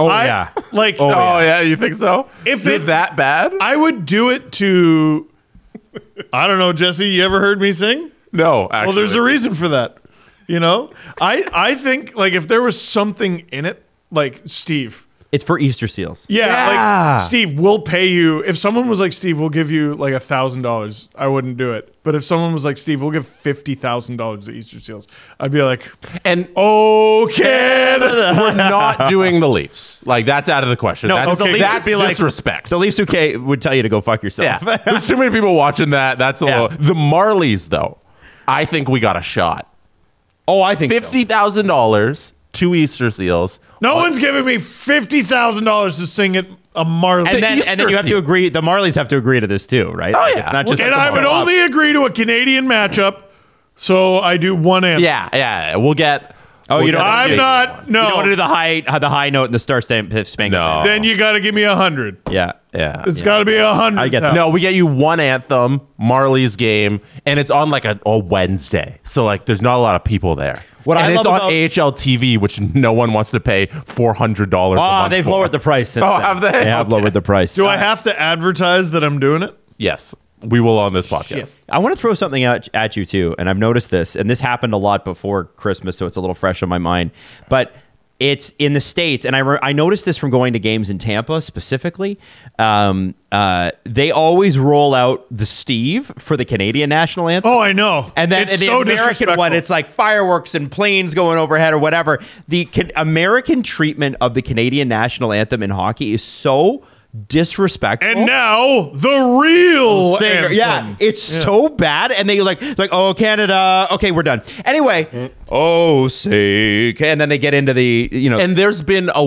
B: Oh
D: <laughs>
C: I-
B: yeah.
C: like
D: Oh, yeah. you think so?
C: If
D: You're
C: it-
D: that bad?
C: I would do it to. I don't know, Jesse. You ever heard me sing?
D: no, actually.
C: Well, there's a reason for that. You know, I I think like if there was something in it, like Steve.
B: It's for Easter seals.
C: Yeah,
D: Yeah.
C: like Steve, we'll pay you. If someone was like Steve, we'll give you like a thousand dollars. I wouldn't do it. But if someone was like Steve, we'll give fifty thousand dollars to Easter Seals. I'd be like,
D: And
C: oh Canada.
D: <laughs> we're not doing the Leafs. Like that's out of the question. No, that's,
B: okay, the Leafs
D: that's
B: would be like-
D: disrespect.
B: The Leafs UK would tell you to go fuck yourself.
D: yeah, <laughs> there's too many people watching that. That's a
B: Yeah.
D: little. The Marleys, though, I think we got a shot.
B: <laughs> oh, I think so.
D: Fifty thousand dollars, two Easter seals.
C: No one's giving me fifty thousand dollars to sing at a Marley.
B: And then, and then you have to
D: Easter
B: agree. The Marleys have to agree to this too, right?
D: Oh,
B: Like,
D: yeah.
B: It's not just.
C: and
B: like
C: I
B: the
C: would
B: Marleys.
C: only agree to a Canadian matchup, so I do one anthem.
D: Yeah, yeah. We'll get.
B: Oh, you don't.
C: I'm
B: you-
C: not.
B: You don't
C: No.
B: want to do the high, the high note and the star stamp spank.
D: No.
C: then you got to give me a hundred.
B: Yeah.
D: Yeah.
C: It's got to be a hundred.
B: I get that.
D: No, we get you one anthem, Marley's game, and it's on like a, a Wednesday. So like, there's not a lot of people there.
B: What
D: and
B: I
D: it's
B: love
D: on
B: about-
D: AHL TV, which no one wants to pay four hundred dollars.
B: Oh, they've lowered the price. Since
D: Oh,
B: then.
D: have they?
B: They have
D: Okay.
B: lowered the price.
C: Do I have to advertise that I'm doing it?
D: Yes, we will on this podcast.
B: I want to throw something at, at you too, and I've noticed this, and this happened a lot before Christmas, so it's a little fresh on my mind. But it's in the states, and I re- I noticed this from going to games in Tampa specifically. Um, uh, they always roll out the Steve for the Canadian national anthem.
C: Oh, I know.
B: And then
C: it's
B: the
C: so
B: American one,
C: disrespectful.
B: it's like fireworks and planes going overhead or whatever. The can- American treatment of the Canadian national anthem in hockey is so disrespectful.
C: And now the real
B: singer.
C: anthem.
B: Yeah, it's so bad, and they like like oh Canada, okay, we're done. Anyway, oh say, Ca- and then they get into the you know
D: And there's been a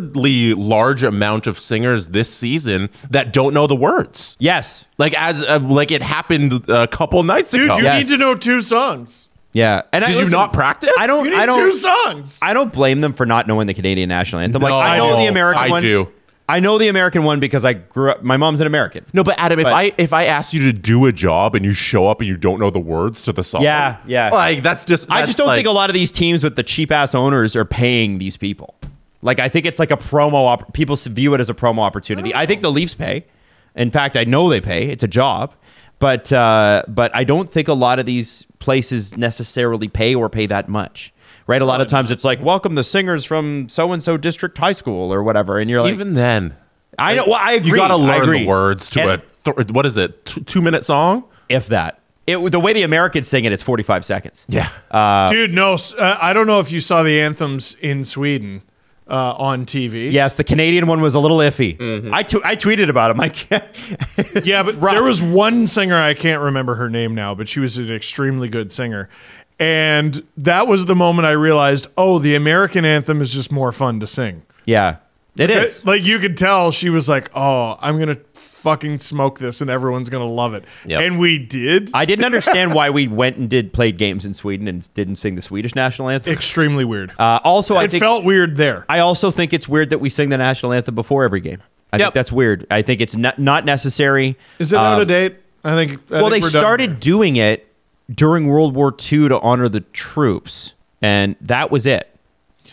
D: weirdly large amount of singers this season that don't know the words.
B: yes,
D: Like as uh, like it happened a couple nights
C: Dude,
D: ago.
C: you
B: Yes.
C: need to know two songs.
B: yeah. And I,
D: Did you
B: listen,
D: not practice?
B: I don't.
C: You need
B: I don't.
C: two songs.
B: I don't blame them for not knowing the Canadian national anthem. Like
D: No,
B: I know the
D: I
B: American one.
D: do.
B: I know the American one because I grew up. My mom's an American.
D: No, but Adam, if
B: But-
D: I if I ask you to do a job and you show up and you don't know the words to the song,
B: Yeah, yeah.
D: like that's just.
B: I
D: that's
B: just don't
D: like-
B: think a lot of these teams with the cheap ass owners are paying these people. Like I think it's like a promo. Op- people s- view it as a promo opportunity. I think the Leafs pay. In fact, I know they pay. It's a job, but uh, but I don't think a lot of these places necessarily pay or pay that much. Right? A lot of times it's like welcome the singers from so and so district high school or whatever, and you're like,
D: Even then,
B: I know. Well, I agree.
D: you got to
B: I
D: learn
B: agree.
D: the words to
B: And
D: a th- what is it? T- two minute song.
B: If that, it the way the Americans sing it, it's 45 seconds.
D: Yeah.
C: Dude, no, s- uh, I don't know if you saw the anthems in Sweden uh, on TV.
B: Yes, the Canadian one was a little iffy. I tw- I tweeted about him. Like, <laughs>
C: yeah, but
B: rough.
C: there was one singer I can't remember her name now, but she was an extremely good singer, and that was the moment I realized, oh, the American anthem is just more fun to sing. Uh,
B: yeah, it is.
C: Like you could tell, she was like, oh, I'm gonna fucking smoke this, and everyone's gonna love it,
D: Yep.
C: and we did.
B: I didn't understand why we went and did played games in Sweden and didn't sing the Swedish national anthem.
C: extremely weird.
B: Uh, also, I
C: it
B: think
C: felt weird there.
B: I also think it's weird that we sing the national anthem before every game. I
D: Yep.
B: think that's weird. I think it's not not necessary.
C: Is it out of date? I think. I
B: um, well,
C: think
B: they
C: we're done
B: started
C: here.
B: doing it during World War II to honor the troops, and that was it.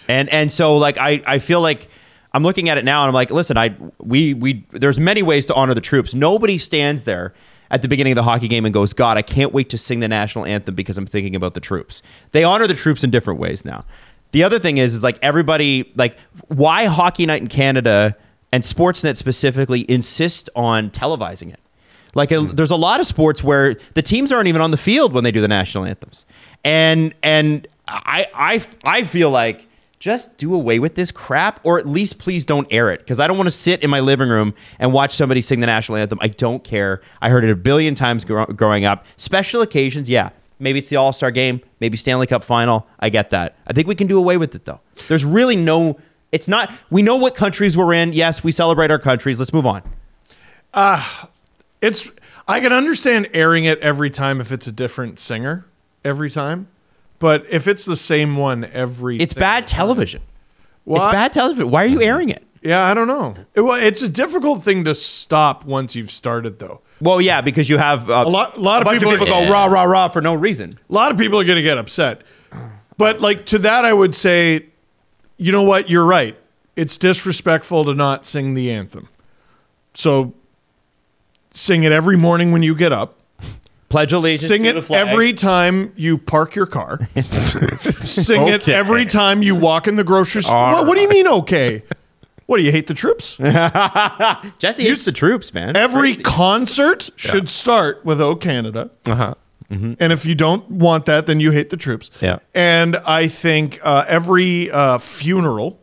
B: And and so like I I feel like I'm looking at it now, and I'm like, listen, I we we there's many ways to honor the troops. Nobody stands there at the beginning of the hockey game and goes, God, I can't wait to sing the national anthem because I'm thinking about the troops. They honor the troops in different ways now. The other thing is, is like everybody, like why Hockey Night in Canada and Sportsnet specifically insist on televising it. Like uh, there's a lot of sports where the teams aren't even on the field when they do the national anthems, and and I I I feel like just do away with this crap, or at least please don't air it because I don't want to sit in my living room and watch somebody sing the national anthem. I don't care. I heard it a billion times gro- growing up. Special occasions, yeah. Maybe it's the All Star game, maybe Stanley Cup final. I get that. I think we can do away with it though. There's really no. It's not. We know what countries we're in. Yes, we celebrate our countries. Let's move on.
C: It's I can understand airing it every time if it's a different singer every time, but if it's the same one every,
B: It's
C: single-
B: bad television.
C: Well,
B: It's bad television. Why are you airing it?
C: Yeah, I don't know. It- well, it's a difficult thing to stop once you've started, though.
B: Well, yeah, because you have uh,
C: A lot, a lot
B: A
C: of
B: bunch
C: people,
B: of people
C: are,
B: go rah rah rah for no reason.
C: A lot of people are going to get upset. But like to that, I would say, you know what? You're right. It's disrespectful to not sing the anthem. So sing it every morning when you get up.
B: Pledge allegiance.
C: Sing
B: to the
C: it
B: flag.
C: every time you park your car. Sing it
D: Okay.
C: every time you walk in the grocery store. What, what do you mean, okay? What do you hate the troops?
B: Jesse hates the troops, man.
C: Every concert should start with "Oh Canada," Mm-hmm.
D: Uh-huh.
C: and if you don't want that, then you hate the troops.
D: Yeah.
C: And I think uh, every uh, funeral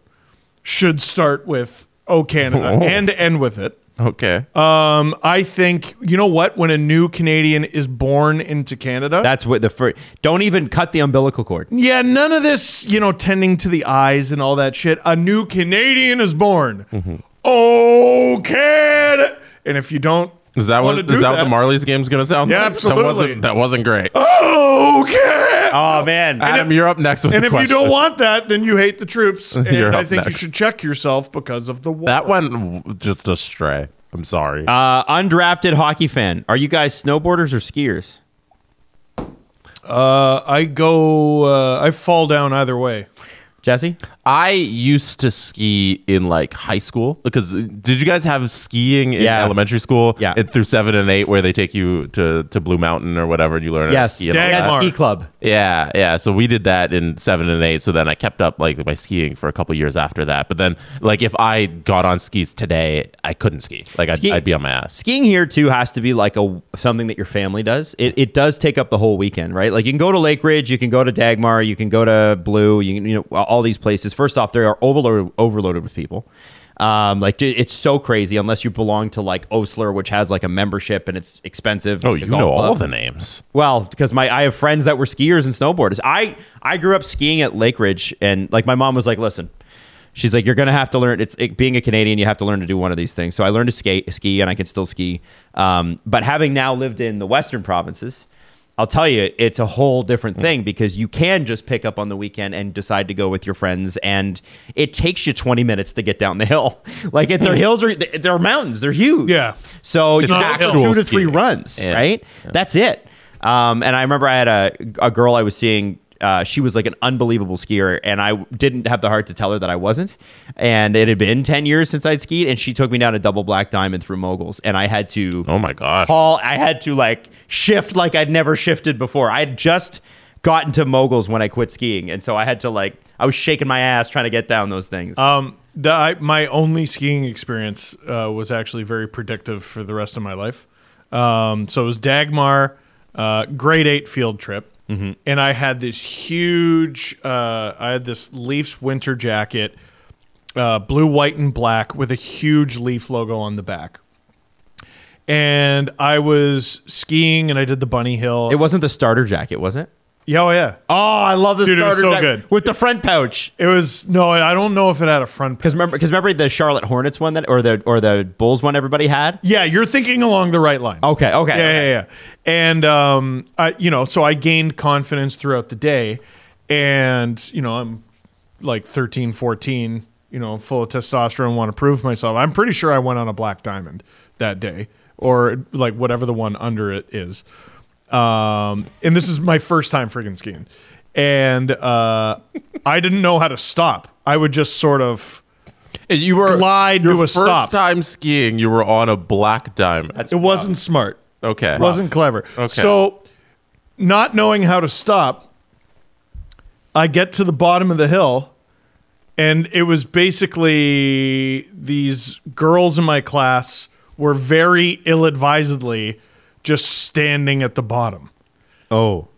C: should start with "Oh Canada"
D: Oh.
C: and end with it.
D: Okay.
B: Uh,
C: Um, I think you know what? When a new Canadian is born into Canada,
B: That's what the first. Don't even cut the umbilical cord.
C: Yeah, none of this, you know, tending to the eyes and all that shit. A new Canadian is born. Oh, Canada! And if you <laughs> don't,
D: is that what
C: wanna
D: is
C: do
D: that, what the Marlies game's gonna sound?
C: Yeah,
D: like?
C: absolutely.
D: That wasn't that wasn't great.
B: Uh,
C: Oh, Canada!
B: Oh man,
D: Adam, you're up next with
C: and
D: the
C: if you don't
D: question.
C: want that, then you hate the
D: <laughs>
C: troops.
D: You're
C: And I
D: up
C: think
D: next.
C: you should check yourself because of the war.
D: that one, w- just a stray. I'm sorry.
B: uh, undrafted hockey fan. Are you guys snowboarders or skiers?
C: Uh, I go, uh, I fall down either way.
B: Jesse,
D: I used to ski in like high school because uh, did you guys have skiing in
B: Yeah.
D: elementary school?
B: Yeah.
D: It, through seven and eight, where they take you to, to Blue Mountain or whatever, and you learn
B: yes,
D: how to Uh, ski. And all
C: Dagmar.
D: that.
B: That's ski club.
D: Yeah, yeah. So we did that in seven and eight. So then I kept up like my skiing for a couple years after that. But then, like, if I got on skis today, I couldn't ski. Like, I'd,
B: Ski-
D: I'd be on my ass.
B: Skiing here too has to be like a something that your family does. It, it does take up the whole weekend, right? Like you can go to Lake Ridge, you can go to Dagmar, you can go to Blue, you can you know all these places. First off, they are overloaded overloaded with people. Um, like dude, it's so crazy unless you belong to like Osler, which has like a membership and it's expensive.
D: Oh,
B: like a
D: you
B: golf
D: know all
B: club.
D: the names.
B: Well, because my I have friends that were skiers and snowboarders. I I grew up skiing at Lake Ridge, and like my mom was like, "Listen," she's like, "You're gonna have to learn. It's it, being a Canadian, you have to learn to do one of these things." So I learned to skate, ski, and I can still ski. Um, but having now lived in the Western provinces, I'll tell you, it's a whole different thing because you can just pick up on the weekend and decide to go with your friends, and it takes you 20 minutes to get down the hill. <laughs> Like, if their hills are they're mountains, they're huge.
C: Hmm. Yeah.
B: So you
C: not
B: pack
C: hill
B: two
D: skiing.
B: to three runs,
D: Yeah.
B: right? That's it. Um, and I remember I had a, a girl I was seeing. Uh, she was like an unbelievable skier, and I didn't have the heart to tell her that I wasn't. And it had been 10 years since I'd skied, and she took me down a double black diamond through moguls. And I had to,
D: Oh my gosh.
B: Paul, I had to like shift like I'd never shifted before. I had just gotten to moguls when I quit skiing. And so I had to like, I was shaking my ass trying to get down those things.
C: Um, the, I, my only skiing experience uh, was actually very predictive for the rest of my life. Um, so it was Dagmar, uh, grade eight field trip,
B: Mm-hmm.
C: and I had this huge. Uh, I had this Leafs winter jacket, uh, blue, white, and black, with a huge Leaf logo on the back. And I was skiing, and I did the bunny hill.
B: it wasn't the starter jacket, was it?
C: yeah, oh yeah,
B: Oh, I love this
C: Dude, it was
B: starter
C: so
B: jacket
C: good.
B: with the front pouch.
C: it was. No, I don't know if it had a front.
B: Because remember, because remember the Charlotte Hornets one that, or the or the Bulls one everybody had.
C: Yeah, you're thinking along the right line.
B: Okay, okay,
C: Yeah,
B: okay.
C: yeah, yeah. And um, I, you know, so I gained confidence throughout the day, and you know, I'm like 13, 14, you know, full of testosterone, want to prove myself. I'm pretty sure I went on a black diamond that day, or like whatever the one under it is. Um, and this is my first time friggin' skiing, and uh, I didn't know how to stop. I would just sort of.
D: You were
C: Glide
D: your
C: to a
D: first
C: stop.
D: time skiing. You were on a black diamond.
B: That's
C: It wasn't smart.
D: okay.
C: It wasn't clever.
D: Okay.
C: So, not knowing how to stop, I get to the bottom of the hill, and it was basically these girls in my class were very ill advisedly just standing at the bottom.
B: oh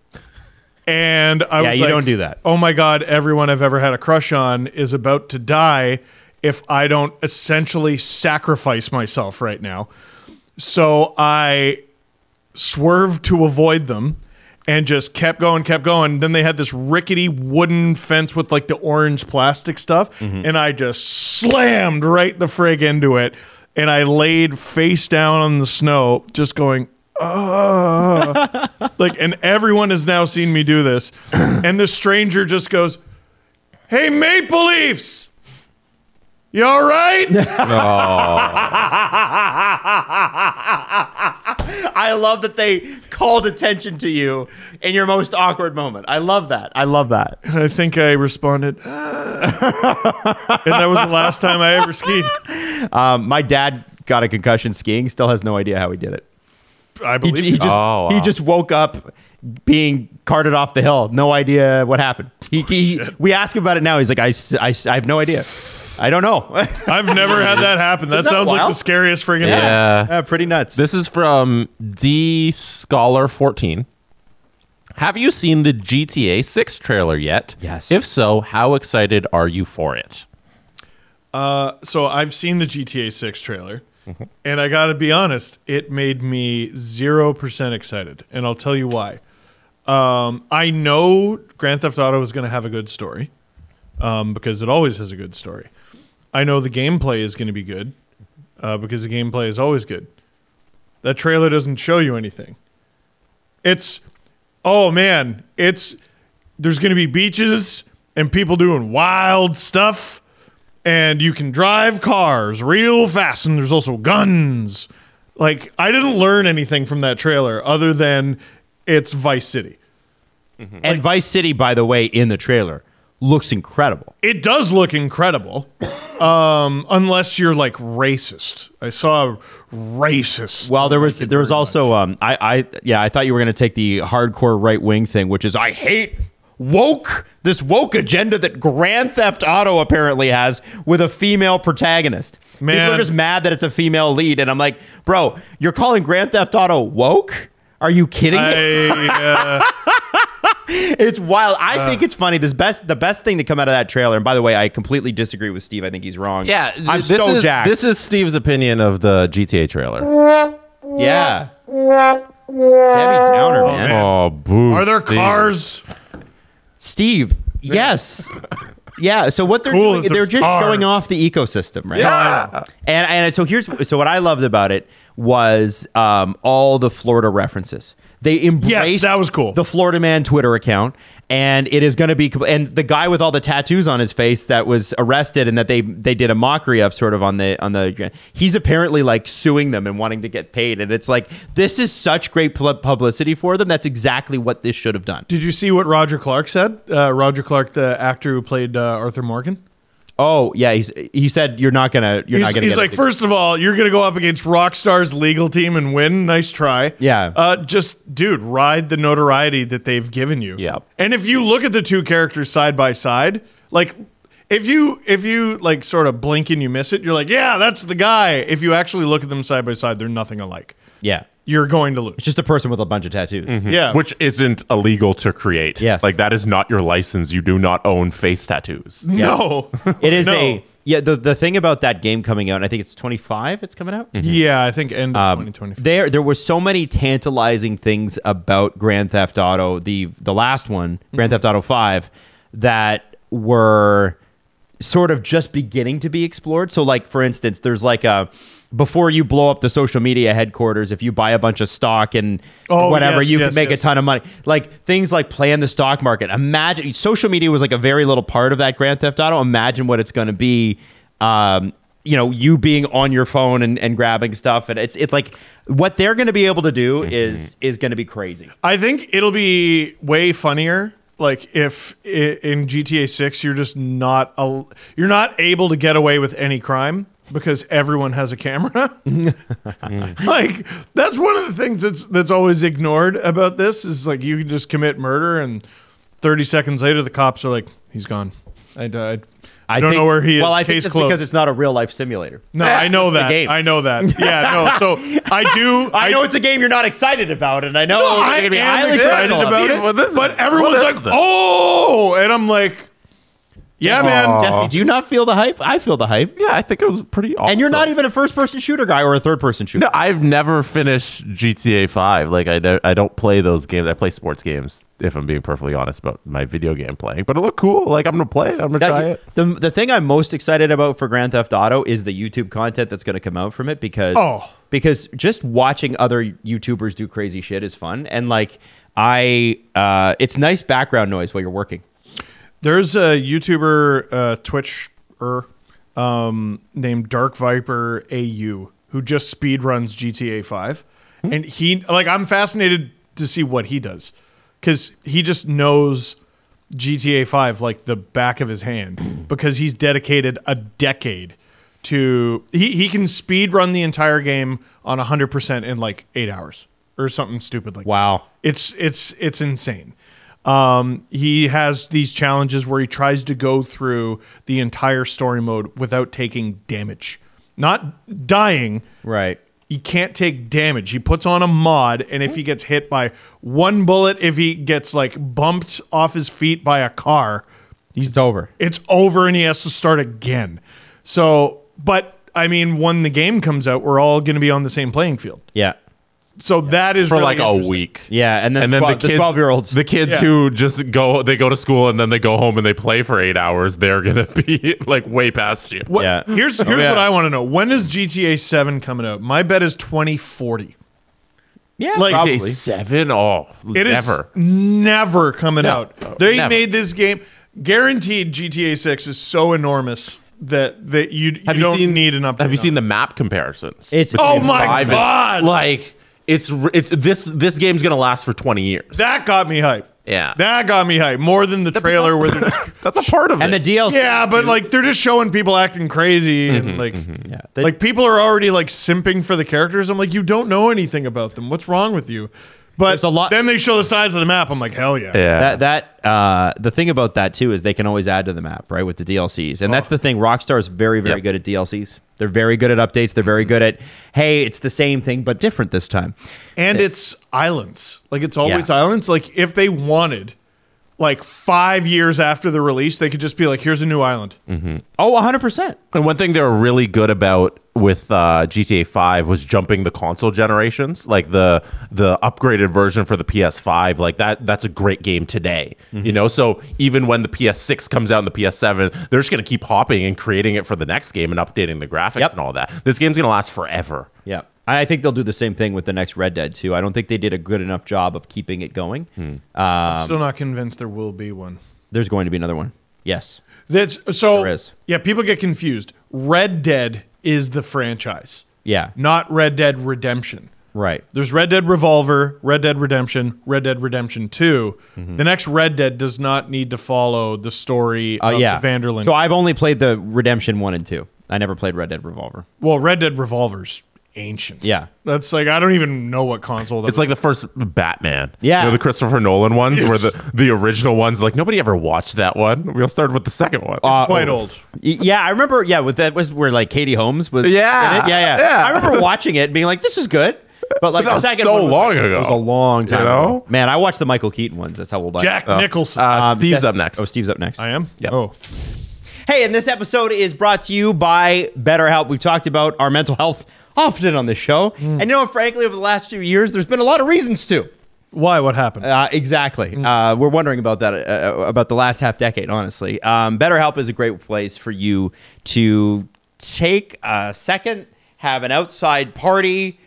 C: And I
B: Yeah,
C: was
B: you
C: like,
B: don't do that.
C: Oh my God, everyone I've ever had a crush on is about to die if I don't essentially sacrifice myself right now. So I swerved to avoid them and just kept going, kept going. Then they had this rickety wooden fence with like the orange plastic stuff.
B: Mm-hmm.
C: And I just slammed right the frig into it. And I laid face down on the snow, just going, like and everyone has now seen me
B: <clears throat>
C: do this and the stranger just goes hey maple leafs you all
B: <laughs>
C: right
B: I love that they called attention to you in your most awkward moment. I love that. I love that.
C: and i think i responded "Ah." and that was the last time i ever skied
B: Um, my dad got a concussion skiing. Still has no idea how he did it.
C: i
B: He,
C: believe
B: he
C: you.
B: just
D: Oh,
B: he
D: wow.
B: just woke up being carted off the hill. No idea what happened. He, he we ask him about it now. He's like, I, s- I s- I have no idea. I don't <laughs> know.
C: i've never had that happen that
B: that
C: sounds like the
B: wild?
C: scariest friggin' thing.
D: Yeah.
B: Yeah, pretty nuts.
D: This is from D Scholar 14. Have you seen the GTA 6 trailer yet?
B: Yes.
D: If so, how excited are you for it?
C: so i've seen the gta 6 trailer and i gotta be honest it made me 0% excited and i'll tell you why um, i know grand theft auto is gonna have a good story um, because it always has a good story i know the gameplay is gonna be good uh, because the gameplay is always good that trailer doesn't show you anything it's oh man it's there's gonna be beaches and people doing wild stuff and you can drive cars real fast and there's also guns like i didn't learn anything from that trailer other than it's vice city
B: and Vice City, by the way, in the trailer looks incredible.
C: it does look incredible <coughs> um, unless you're like racist i saw racist <laughs>
B: Well, there was there was also um I I yeah I thought you were gonna take the hardcore right wing thing, which is I hate woke this woke agenda that Grand Theft Auto apparently has with a female protagonist. People
C: Man.
B: are just mad that it's a female lead, and I'm like, bro, you're calling Grand Theft Auto woke? Are you kidding me?
C: I, uh,
B: It's wild. I think it's funny. This best the best thing to come out of that trailer. And by the way, I completely disagree with Steve. I think he's wrong.
D: Yeah,
B: I'm
D: this
B: so
D: is,
B: jacked.
D: This is Steve's opinion of the GTA trailer.
B: yeah. Debbie Downer, man.
D: Oh, boo!
C: Are there
D: Steve.
C: cars?
B: Steve. Yes. Yeah. So what they're
C: Cool that
B: doing, they're
C: there's
B: just
C: cars.
B: showing off the ecosystem, right?
D: Yeah.
B: And and so here's so what I loved about it was um, all the Florida references. They embraced
C: that was cool.
B: the Florida Man Twitter account, and it is going to be and the guy with all the tattoos on his face that was arrested and that they they did a mockery of sort of on the on the he's apparently like suing them and wanting to get paid, and it's like this is such great pu- publicity for them. That's exactly what this should have done.
C: Did you see what Roger Clark said? Uh, Roger Clark, the actor who played uh, Arthur Morgan.
B: Oh yeah, he's, he said you're not gonna you're not
C: He's,
B: gonna.
C: he's
B: get
C: like,
B: it."
C: first of all, you're gonna go up against Rockstar's legal team and win. Nice try.
B: Yeah.
C: Uh, just dude, ride the notoriety that they've given you.
D: Yeah.
C: And if you look at the two characters side by side, like if you if you like sort of blink and you miss it, you're like, yeah, that's the guy. If you actually look at them side by side, they're nothing alike.
B: yeah,
C: You're going
B: <laughs>
C: to lose.
B: it's just a person with a bunch of tattoos.
C: Yeah.
D: Which isn't illegal to create.
B: Yes.
D: Like, that is not your license. You do not own face tattoos.
B: <laughs>
C: no.
B: It is
C: No.
B: a yeah. The the thing about that game coming out, and I think it's 25. It's coming out.
C: Yeah, I think end of
B: Um,
C: 2025.
B: There there were so many tantalizing things about Grand Theft Auto, the the last one,
C: Mm-hmm.
B: Grand Theft Auto 5, that were sort of just beginning to be explored. So like for instance, there's like a before you blow up the social media headquarters, if you buy a bunch of stock and
C: Oh,
B: whatever,
C: yes,
B: you
C: yes,
B: can make
C: yes.
B: a ton of money. Like things like playing the stock market. Imagine social media was like a very little part of that Grand Theft Auto. Imagine what it's going to be. Um, you know, you being on your phone and, and grabbing stuff, and it's it's like what they're going to be able to do is is going to be crazy.
C: I think it'll be way funnier. Like if i- in GTA Six, you're just not a, you're not able to get away with any crime because everyone has a camera. <laughs> like that's one of the things that's that's always ignored about this is like you can just commit murder and 30 seconds later the cops are like he's gone. I died. I, don't
B: think-
C: know where he is.
B: Well, I
C: Case
B: think it's
C: closed.
B: because it's not a real life simulator. <laughs>
C: no, I know that.
B: game.
C: I know that. Yeah, no. So I do.
B: <laughs> I know it's a game you're not excited about, and I know you're
C: I
B: gonna be
C: am
B: highly
C: excited
B: critical of
C: about it,
D: Well, this is-
C: but everyone's
D: well,
C: like,
D: that's the-
C: "Oh!" and I'm like, "Yeah, man."
B: Jesse, do you not feel the hype? I feel the hype.
D: Yeah, I think it was pretty awesome.
B: And you're not even a first person shooter guy or a third person shooter.
D: No, I've never finished GTA 5. Like, I, don't- I don't play those games. I play sports games, if I'm being perfectly honest about my video game playing. But it looked cool. Like, I'm going to play it. I'm going to
B: That-
D: try it.
B: the the thing I'm most excited about for Grand Theft Auto is the YouTube content that's going to come out from it because
C: Oh.
B: because just watching other YouTubers do crazy shit is fun and like I uh, it's nice background noise while you're working.
C: There's a YouTuber, uh, Twitcher, um, named Dark Viper AU who just speed runs GTA 5, and he like I'm fascinated to see what he does because he just knows GTA 5 like the back of his hand because he's dedicated a decade to he, he can speed run the entire game on 100% in like eight hours or something stupid like
B: Wow.
C: it's it's it's insane. Um, he has these challenges where he tries to go through the entire story mode without taking damage, not dying.
B: Right.
C: He can't take damage. He puts on a mod, and if he gets hit by one bullet, if he gets like bumped off his feet by a car,
B: He's over.
C: it's over and he has to start again. So, but I mean, when the game comes out, we're all going to be on the same playing field.
B: Yeah.
C: So that is
D: For
C: really
D: like a
C: interesting.
D: week.
B: Yeah, and then,
D: and then the kids,
B: twelve year olds.
D: the kids
C: Yeah.
D: who just go, they go to school and then they go home and they play for eight hours. They're gonna <laughs> be like way past you.
C: What,
B: Yeah.
C: Here's
D: Oh,
C: here's
B: yeah.
C: what I want to know. When is GTA Seven coming out? My bet is 2040.
B: yeah,
C: like-
D: Okay, seven? Oh,
C: It is
D: never.
C: never coming
D: No, no,
C: out. They
D: never.
C: made this game guaranteed. GTA Six is so enormous that that you, you don't need an update.
D: Have you seen
C: on
D: the map comparisons?
B: It's-
C: it. Oh
B: between
C: my
D: Five and-
C: god!
D: Like it's r- it's this this game's gonna last for twenty years.
C: that got me hype.
D: Yeah.
C: that got me hype more than the trailer where they're.
D: <laughs> That's a part of
B: and the
D: it.
B: DLC.
C: Yeah, but like they're just showing people acting crazy
D: Mm-hmm,
C: and like
B: They-
C: like people are already like simping for the characters. I'm like, you don't know anything about them. What's wrong with you? But
B: There's a lot-
C: then they show the size of the map. I'm like, hell yeah.
D: yeah.
B: That that uh, the thing about that too is they can always add to the map, right? With the DLCs, and that's the thing. Rockstar is very, very
D: Yep.
B: good at DLCs. They're very good at updates. They're very good at hey, it's the same thing but different this time.
C: And it's islands. Like it's always
B: Yeah.
C: islands. Like if they wanted, like five years after the release, they could just be like, here's a new island.
B: Oh, 100%.
D: And one thing they were really good about with uh, GTA 5 was jumping the console generations, like the the upgraded version for the PS5. Like that, that's a great game today.
B: Mm-hmm.
D: You know, so even when the PS6 comes out and the PS7, they're just gonna keep hopping and creating it for the next game and updating the graphics
B: Yep.
D: and all that. This game's gonna last forever.
B: Yeah. I I think they'll do the same thing with the next Red Dead too. I don't think they did a good enough job of keeping it going.
C: I'm
B: Um,
C: Still not convinced there will be one.
B: There's going to be another one. Yes.
C: That's so.
B: There is.
C: Yeah, people get confused. Red Dead is the franchise,
B: Yeah.
C: not Red Dead Redemption.
B: Right.
C: There's Red Dead Revolver, Red Dead Redemption, Red Dead Redemption 2.
B: Mm-hmm.
C: The next Red Dead does not need to follow the story
B: Oh
C: of
B: yeah.
C: the Vanderlyn.
B: So I've only played the Redemption one and two. I never played Red Dead Revolver.
C: well, Red Dead Revolver's ancient.
B: Yeah.
C: That's like I don't even know what console that
D: It's like the first Batman.
B: Yeah.
D: You know, the Christopher Nolan ones where
B: <laughs>
D: the, the original ones, like nobody ever watched that one. We all started with the second one.
B: Uh, oh.
C: quite old.
B: Y- Yeah, I remember. Yeah, with that was where like Katie Holmes was.
D: Yeah.
B: in it. yeah, yeah,
D: Yeah.
B: I remember watching it, and being like, "This is good," but like
D: That
B: the
D: was
B: second
D: so
B: one was-
D: long
B: it
D: ago.
B: was a long time.
D: You know?
B: ago. man, I watched the Michael Keaton ones. That's how old I
C: Jack Nicholson.
D: Uh,
B: Um,
D: Steve's
B: that-
D: up next.
B: Oh, Steve's up next.
C: I am?
B: Yep.
C: Oh.
B: Hey, and this episode is brought to you by BetterHelp. We've talked about our mental health often on this show.
C: Hmm.
B: And you know, what, frankly, over the last few years, there's been a lot of reasons to.
C: Why? What happened?
B: Uh, exactly. Uh, we're wondering about that, uh, about the last half decade, honestly. Um, BetterHelp is a great place for you to take a second, have an outside party,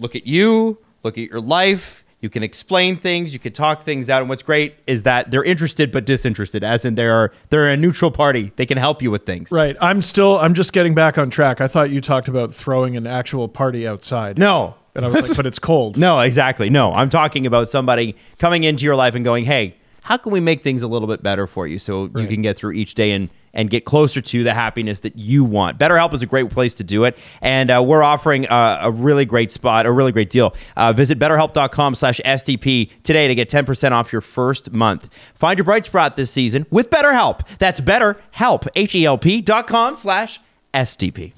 B: look at you, look at your life. You can explain things, you can talk things out. And what's great is that they're interested but disinterested, as in they are, they're a neutral party. They can help you with things.
C: right. I'm still I'm just getting back on track. I thought you talked about throwing an actual party outside.
B: No.
C: And I was like, but
B: <laughs>
C: it's cold.
B: No, exactly. No, I'm talking about somebody coming into your life and going, "Hey, how can we make things a little bit better for you so you can get through each day and and get closer to the happiness that you want?" BetterHelp is a great place to do it, and uh, we're offering uh, a really great spot, a really great deal. Uh, visit BetterHelp.com/sdp today to get 10% off your first month. Find your bright spot this season with BetterHelp. That's BetterHelp, H-E-L-P. dot com slash SDP.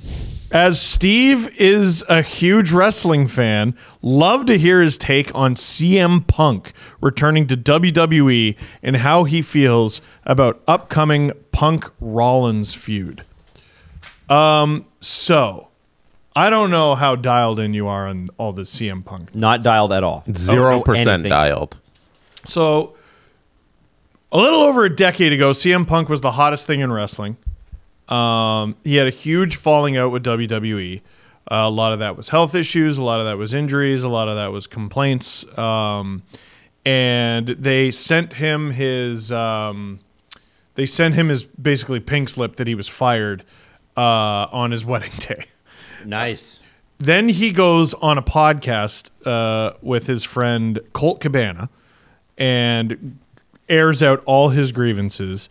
C: As Steve is a huge wrestling fan, love to hear his take on CM Punk returning to WWE and how he feels about upcoming Punk Rollins feud. Um, so I don't know how dialed in you are on all this CM Punk.
B: Not dialed at all.
D: Zero percent
B: Anything.
D: dialed.
C: So a little over a decade ago, CM Punk was the hottest thing in wrestling. Um, he had a huge falling out with WWE. Uh, a lot of that was health issues, a lot of that was injuries, a lot of that was complaints. Um, and they sent him his um, they sent him his basically pink slip that he was fired uh, on his <laughs> wedding day.
B: Nice.
C: Then he goes on a podcast uh, with his friend Colt Cabana and airs out all his grievances.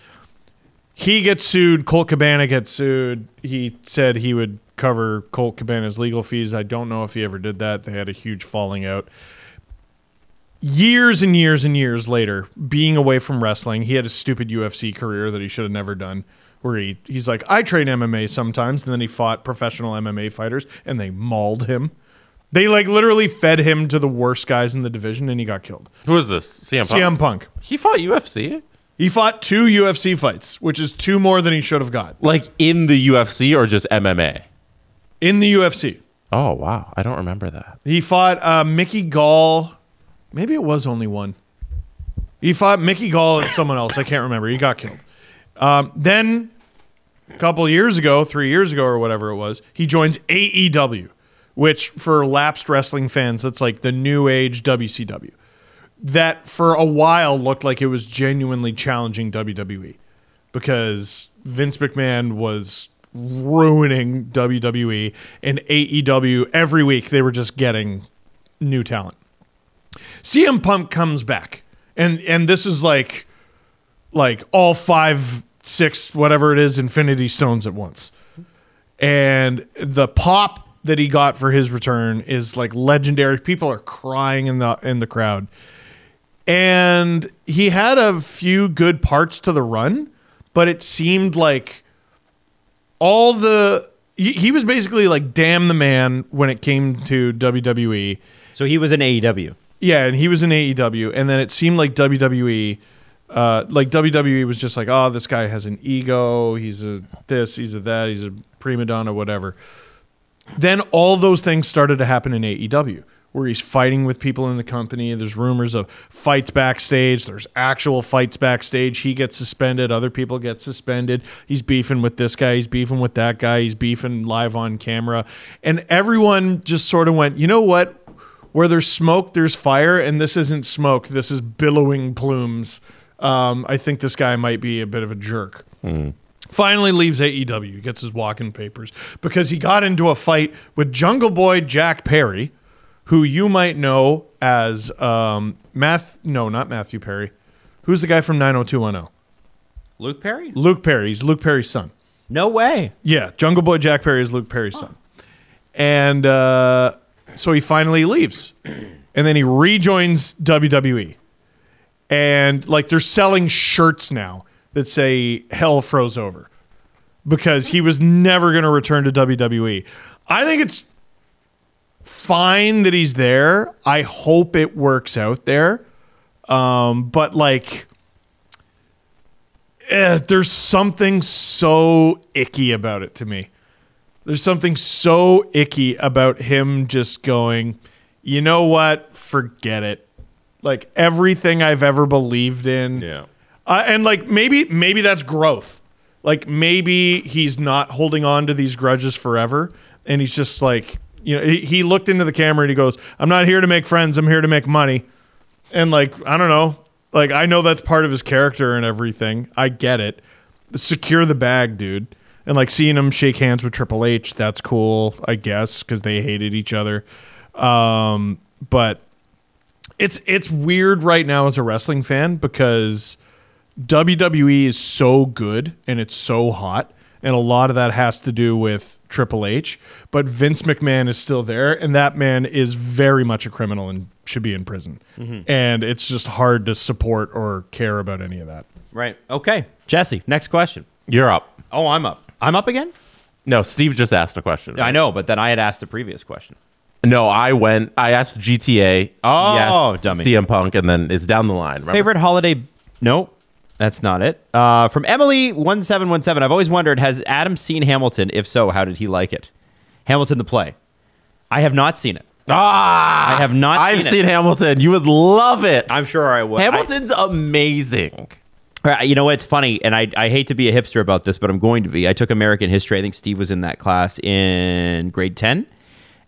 C: He gets sued. Colt Cabana gets sued. He said he would cover Colt Cabana's legal fees. I don't know if he ever did that. They had a huge falling out. Years and years and years later, being away from wrestling, he had a stupid UFC career that he should have never done. Where he, he's like, I train MMA sometimes, and then he fought professional MMA fighters, and they mauled him. They like literally fed him to the worst guys in the division, and he got killed.
D: Who is this? CM Punk.
C: CM Punk.
D: He fought UFC.
C: He fought two UFC fights, which is two more than he should have got
D: Like in the UFC or just MMA?
C: in the UFC.
D: Oh wow, I don't remember that.
C: He fought uh, Mickey Gall. Maybe it was only one. He fought Mickey Gall and someone else. I can't remember. He got killed. Um, then, a couple years ago, three years ago or whatever it was, he joins AEW, which for lapsed wrestling fans, that's like the new age WCW. That for a while looked like it was genuinely challenging WWE because Vince McMahon was ruining WWE and AEW every week. They were just getting new talent. CM Punk comes back, and and this is like like all five, six, whatever it is, Infinity Stones at once. And the pop that he got for his return is like legendary. People are crying in the in the crowd. And he had a few good parts to the run, but it seemed like all the he, he was basically like damn the man when it came to E." WWE.
B: So he was in E AEW.
C: E Yeah, and he was in AEW, and then it seemed like WWE uh, like WWE was just like, oh, this guy has an ego. He's a this, he's a that, he's a prima donna, whatever. Then all those things started to happen in AEW, where he's fighting with people in the company. There's rumors of fights backstage. There's actual fights backstage. He gets suspended. Other people get suspended. He's beefing with this guy. He's beefing with that guy. He's beefing live on camera. And everyone just sort of went, you know what? where there's smoke, there's fire, and this isn't smoke. This is billowing plumes. Um, I think this guy might be a bit of a jerk. Finally leaves AEW, gets his walking papers because he got into a fight with Jungle Boy Jack Perry, who you might know as um, Math. No, not Matthew Perry. Who's the guy from 90210?
B: Luke Perry?
C: Luke Perry. He's Luke Perry's son.
B: No way.
C: Yeah, Jungle Boy Jack Perry is Luke Perry's son. And uh, so he finally leaves. <clears throat> And then he rejoins WWE. And like they're selling shirts now that say hell froze over because he was never going to return to WWE. I think it's fine that he's there. I hope it works out there. Um, but like eh, there's something so icky about it to me. There's something so icky about him just going, you know what? Forget it. Like everything I've ever believed in.
D: Yeah.
C: Uh, and like maybe maybe that's growth. Like maybe he's not holding on to these grudges forever, and he's just like you know he, he looked into the camera and he goes, "I'm not here to make friends. I'm here to make money." and like I don't know, like I know that's part of his character and everything. I get it. Secure the bag, dude. And like seeing him shake hands with Triple H, that's cool, I guess, because they hated each other. Um, but it's it's weird right now as a wrestling fan because WWE E is so good and it's so hot, and a lot of that has to do with Triple H. But Vince McMahon is still there, and that man is very much a criminal and should be in prison.
B: Mm-hmm.
C: And it's just hard to support or care about any of that.
B: Right. Okay. Jesse, next question.
D: You're up.
B: Oh, I'm up. I'm up again?
D: No, Steve just asked a question.
B: I know, but then I had asked the previous question.
D: No, I went. I asked GTA.
B: Oh, dummy.
D: CM Punk, and then it's down the line. Remember?
B: Favorite holiday? Nope. That's not it. Uh, from Emily one seven one seven. I've always wondered: Has Adam seen Hamilton? If so, how did he like it? Hamilton the play. I have not seen it.
D: Ah,
B: I have not
D: I've
B: seen it.
D: seen Hamilton. You would love it.
B: I'm sure I would.
D: Hamilton's amazing.
B: I- uh, you know what? It's funny, and I, I hate to be a hipster about this, but I'm going to be. I took American history. I think Steve was in that class in grade ten,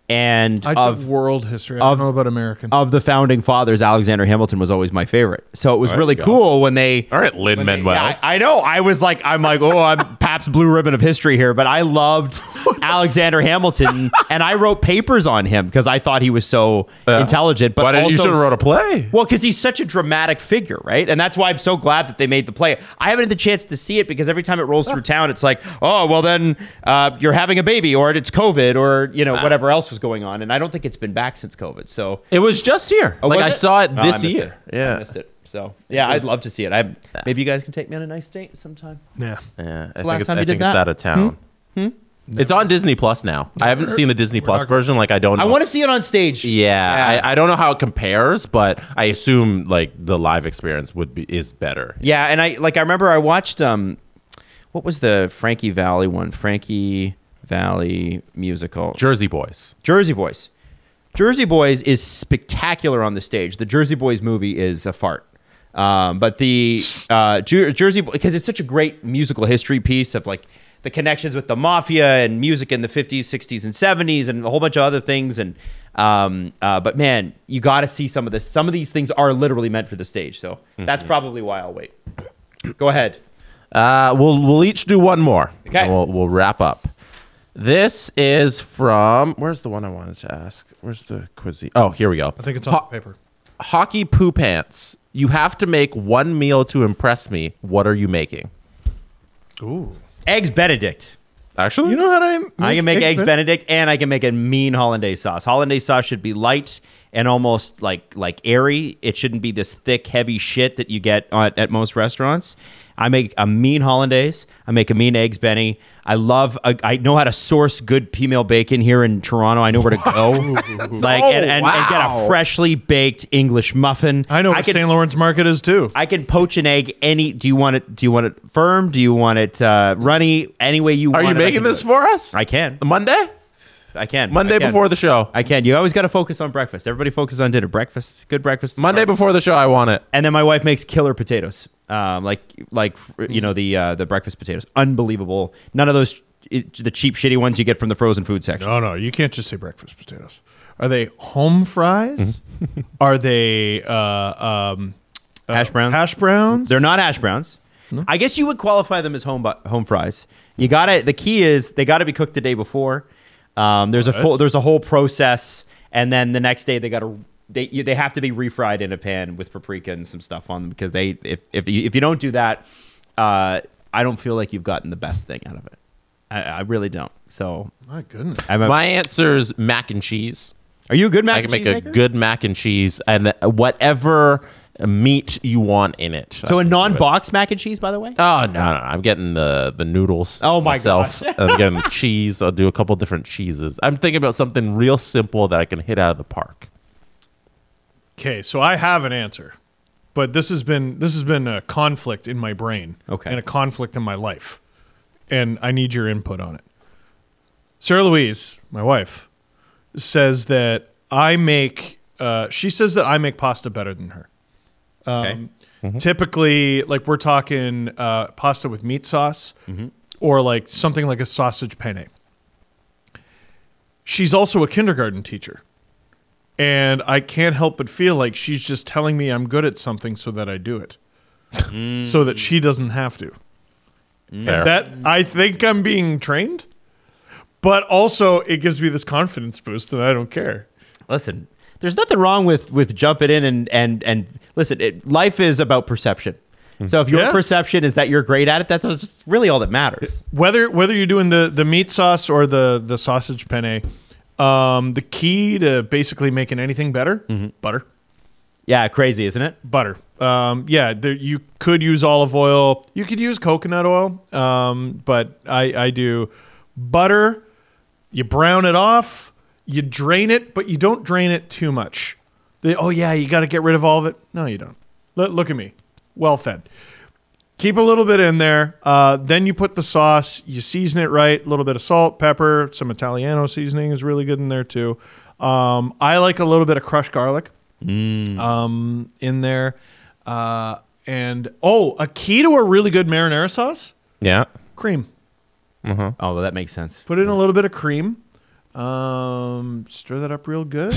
B: and
C: I
B: of
C: took world history. I
B: of-
C: don't know about American.
B: of the founding fathers, Alexander Hamilton was always my favorite. So it was
D: There
B: really
D: you go.
B: cool when they.
D: All right, Lin Manuel.
B: Yeah, I, I know. I was like, I'm like, oh, I'm <laughs> Pap's blue ribbon of history here, but
D: <laughs>
B: I loved Alexander Hamilton, and I wrote papers on him because I thought he was so
D: Yeah.
B: intelligent. But
D: Why didn't you
B: also-
D: should have wrote a play?
B: well, because he's such a dramatic figure, right? And that's why I'm so glad that they made the play. I haven't had the chance to see it because every time it rolls through town, it's like, oh, well, then uh, you're having a baby, or it's COVID, or you
D: Uh,
B: know whatever else was going on. And I don't think it's been back since COVID. So
D: It was just here. like
B: was
D: I
B: it?
D: saw it
B: Oh, I
D: this
B: missed
D: year.
B: it. I
D: Yeah.
B: missed it. So yeah, I'd love to see it. I maybe you guys can take me on a nice date sometime.
C: yeah.
D: Yeah, I
B: the last
D: think it's-
B: time
D: I
B: you did
D: think it's
B: that?
D: out of town.
C: Hmm?
D: It's on Disney Plus now. I haven't seen the Disney Plus version. Like I don't. Know.
B: I want to see it on stage.
D: Yeah, I, I don't know how it compares, but I assume like the live experience would be is better.
B: Yeah, and I like I remember I watched um what was the Frankie Valley one? Frankie Valley musical.
D: Jersey Boys.
B: Jersey Boys. Jersey Boys is spectacular on the stage. The Jersey Boys movie is a fart. Um, but the uh, Jer- Jersey because it's such a great musical history piece of like the connections with the mafia and music in the 50s, 60s, and 70s, and a whole bunch of other things. And um, uh, but man, you got to see some of this. Some of these things are literally meant for the stage, so that's probably why I'll wait. Go ahead.
D: Uh, we'll we'll each do one more.
B: Okay.
D: And we'll we'll wrap up. This is from where's the one I wanted to ask? Where's the quizzy? Oh, here we go.
C: I think it's on
D: Ho-
C: paper.
D: hockey poo pants. You have to make one meal to impress me. What are you making?
C: Ooh.
B: Eggs Benedict.
D: Actually,
C: You know how to
B: I can make eggs
D: <laughs>
B: benedict and I can make a mean hollandaise sauce. Hollandaise sauce should be light and almost like like airy. It shouldn't be this thick, heavy shit that you get at, at most restaurants. I make a mean hollandaise. I make a mean eggs Benny. I love. I I know how to source good female bacon here in Toronto. I know where to go, <laughs> like and, and, and get
D: Oh, wow.
B: a freshly baked English muffin.
C: I know what
B: I can,
C: St. Lawrence Market is too.
B: I can poach an egg any. Do you want it? Do you want it firm? Do you want it uh, runny? Any way you
D: Are
B: want.
D: you
B: it, I
D: making
B: can do
D: this
B: it.
D: for us?
B: I can.
D: Monday?
B: I can.
D: Monday
B: I can.
D: before the show.
B: I can. You always got to focus on breakfast. Everybody focus on dinner. Breakfast, good breakfast.
D: Monday
B: before.
D: before the show, I want it.
B: and then my wife makes killer potatoes, um, like like you
D: Hmm.
B: know the uh, the breakfast potatoes, unbelievable. None of those it, the cheap shitty ones you get from the frozen food section.
C: No, no, you can't just say breakfast potatoes. Are they home fries?
B: Mm-hmm.
C: Are they uh, um, uh,
B: Hash browns?
C: Hash browns?
B: They're not hash browns. I guess you would qualify them as home bu- home fries. You got to The key is they got to be cooked the day before. Um, there's a full, there's a whole process, and then the next day they got to they you, they have to be refried in a pan with paprika and some stuff on them because they if if you, if you don't do that, uh, I don't feel like you've gotten the best thing out of it. I, I really don't. So
C: My goodness.
B: I'm a,
D: My answer is mac and cheese.
B: are you a good mac
D: I
B: and
D: can make
B: cheese
D: a
B: maker?
D: good mac and cheese and whatever meat you want in it.
B: so a
D: I can do it.
B: non-box mac and cheese by the way.
D: Oh no, no! I'm getting the the noodles.
B: Oh, my
D: myself.
B: gosh. <laughs>
D: I'm getting the cheese. I'll do a couple different cheeses. I'm thinking about something real simple that I can hit out of the park.
C: Okay, so I have an answer, but this has been this has been a conflict in my brain,
B: Okay.
C: and a conflict in my life, and I need your input on it. Sarah Louise, my wife, says that I make. Uh, she says that I make pasta better than her.
B: okay.
C: Mm-hmm. Typically, like we're talking uh, pasta with meat sauce, or like something like a sausage penne. She's also a kindergarten teacher. And I can't help but feel like she's just telling me I'm good at something so that I do it. So that she doesn't have to.
D: Fair.
C: That I think I'm being trained, but also it gives me this confidence boost that I don't care.
B: listen there's nothing wrong with with jumping in and and and listen it, life is about perception
D: Mm-hmm.
B: so if your
C: Yeah.
B: perception is that you're great at it that's, that's really all that matters
C: whether whether you're doing the the meat sauce or the the sausage penne, um, the key to basically making anything better, butter,
B: yeah crazy isn't it
C: butter. Um, yeah, there, you could use olive oil. You could use coconut oil, um, but I, I do butter. You brown it off. You drain it, but you don't drain it too much. They, oh yeah, you got to get rid of all of it. No, you don't. Look, look at me, well fed. Keep a little bit in there. Uh, then you put the sauce. You season it right. A little bit of salt, pepper, some Italiano seasoning is really good in there too. Um, I like a little bit of crushed garlic in there. Uh, and oh, a key to a really good marinara sauce:
D: Yeah.
C: cream.
B: oh well, that makes sense
C: Put in a little bit of cream. Um, stir that up
B: <laughs>
C: real good.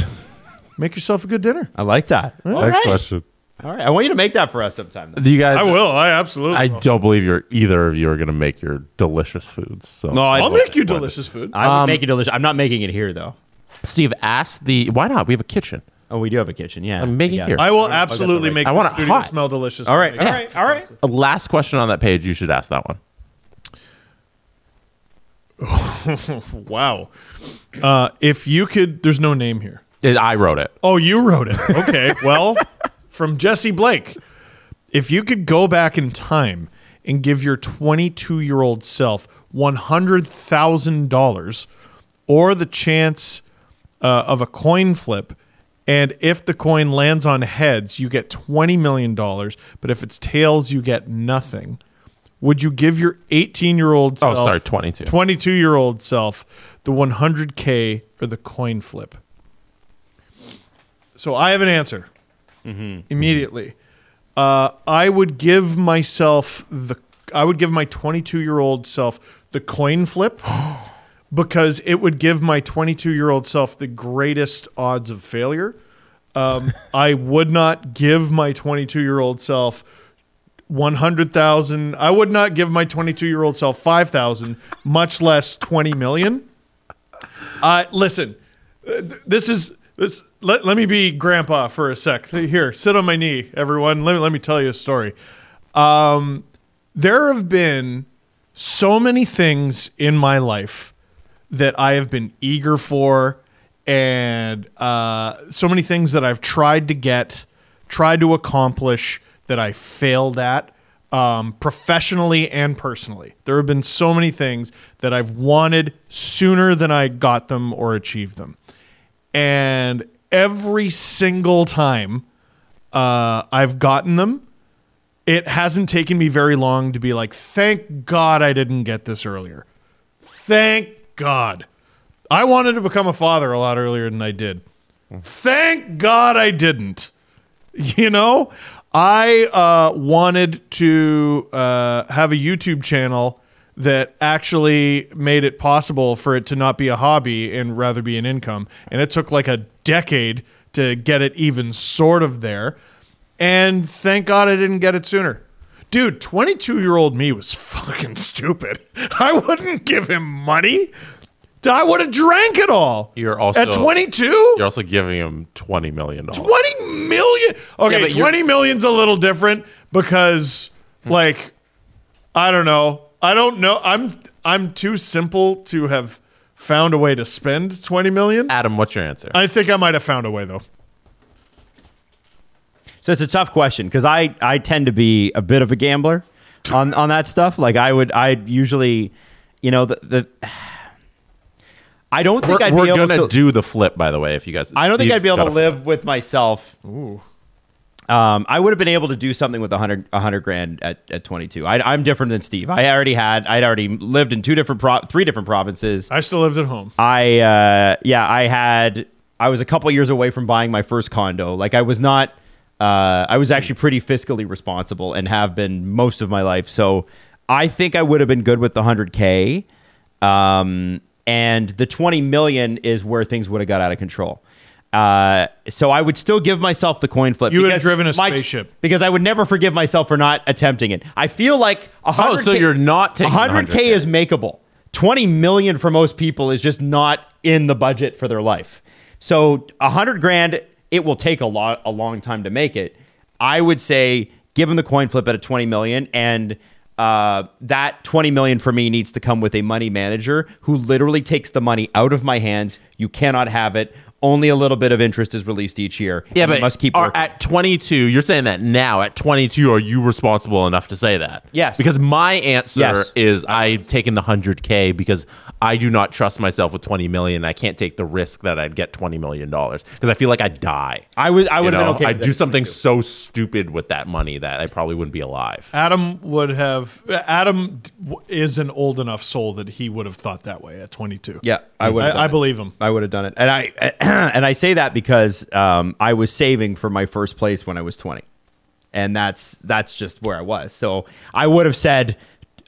C: Make yourself a good dinner.
B: i like that all
D: Next
B: right
D: question.
B: all right i want you to make that for us sometime then.
D: Do you guys?
C: I will. I absolutely.
D: I
C: will.
D: don't believe you're either of you are going to make your delicious foods. So
B: No, I-
C: I'll make you delicious food.
B: i would
D: um,
B: make it delicious i'm not making it here though
D: Steve asked the why not? We have a kitchen.
B: oh we do have a kitchen yeah
D: I'm making
B: I
D: here.
B: guess.
C: I will absolutely
B: right.
C: make
D: I
C: I
D: want
C: want
D: it
C: studio
D: hot.
C: smell delicious.
B: all right
C: Yeah.
B: all right all right
D: A last question on that page. You should ask that one.
C: Wow. Uh, if you could, there's no name here.
D: It- I wrote it.
C: Oh, you wrote it. Okay. well, from Jesse Blake. If you could go back in time and give your 22 year old self $100,000 or the chance uh, of a coin flip, and if the coin lands on heads, you get $20 million, but if it's tails, you get nothing. Would you give your 18 year old
D: Oh,
C: self,
D: sorry, 22.
C: 22 year old self the 100K or the coin flip? So I have an answer
D: Mm-hmm.
C: immediately. Uh, I would give myself the I would give my 22 year old self the coin <gasps> flip because it would give my 22 year old self the greatest odds of failure. <laughs> Um, I would not give my 22 year old self 100,000. I would not give my 22 year old self 5,000, much less 20 million. <laughs> Uh, listen, uh, th- this is this. Let, let me be grandpa for a sec. Here, sit on my knee, everyone. Let me let me tell you a story. Um, there have been so many things in my life that I have been eager for, and uh, so many things that I've tried to get, tried to accomplish that I failed at. um, professionally and personally. There have been so many things that I've wanted sooner than I got them or achieved them. And every single time uh, I've gotten them, it hasn't taken me very long to be like, thank God I didn't get this earlier. Thank God. I wanted to become a father a lot earlier than I did. Thank God I didn't. You know, I uh, wanted to uh, have a YouTube channel that actually made it possible for it to not be a hobby and rather be an income. And it took like a decade to get it even sort of there. And thank God I didn't get it sooner. Dude, 22 year old me was <laughs> fucking stupid. I wouldn't give him money. I would have drank it all.
D: You're also-
C: at 22?
D: You're also giving him twenty million dollars.
C: 20 million
D: Yeah,
C: okay
D: but you're-
C: twenty million's a little different because like i don't know i don't know i'm i'm too simple to have found a way to spend 20 million
D: Adam, what's your answer?
C: i think i might have found a way though
B: So it's a tough question because I, I tend to be a bit of a gambler on, on that stuff. Like I would I usually, you know the, the <sighs> I don't think
D: we're
B: I'd
D: we're
B: be able
D: gonna
B: to.
D: do the flip, by the way. If you guys,
B: I don't think
D: you
B: I'd be able
D: gotta
B: to live with myself. Um, I would have been able to do something with a hundred, a hundred grand at, at 22. I, I'm different than Steve. I already had, I'd already lived in two different, pro- three different provinces.
C: i still lived at home
B: I uh, yeah, I had I was a couple years away from buying my first condo. Like I was not uh, I was actually pretty fiscally responsible and have been most of my life. So I think I would have been good with the 100k. Um, and the 20 million is where things would have got out of control. Uh, so I would still give myself the coin flip.
C: You would have
B: because
C: driven a
B: my-
C: spaceship.
B: because I would never forgive myself for not attempting it. I feel like a
D: Oh,
B: 100K,
D: so you're not taking the
B: 100K,
D: 100K.
B: is makeable. 20 million for most people is just not in the budget for their life. So 100 grand, it will take a lot, a long time to make it. I would say give them the coin flip at a 20 million and uh, that 20 million for me needs to come with a money manager who literally takes the money out of my hands. You cannot have it. Only a little bit of interest is released each year.
D: Yeah,
B: and
D: but
B: you must keep
D: are,
B: working.
D: at 22, you're saying that now. At 22, are you responsible enough to say that?
B: Yes.
D: Because my answer
B: Yes.
D: is I've taken the 100K because I do not trust myself with 20 million. I can't take the risk that I'd get 20 million dollars because I feel like I'd die.
B: I would I
D: You
B: would have
D: know?
B: been okay.
D: I'd
B: with
D: do
B: it.
D: something so stupid with that money that I probably wouldn't be alive.
C: adam would have adam d- w- is an old enough soul that he would have thought that way at 22
B: Yeah, I would. have done
C: i, I
B: it.
C: believe him
B: I would have done it, and I <clears throat> and I say that because um, I was saving for my first place when I was twenty, and that's that's just where I was. So I would have said,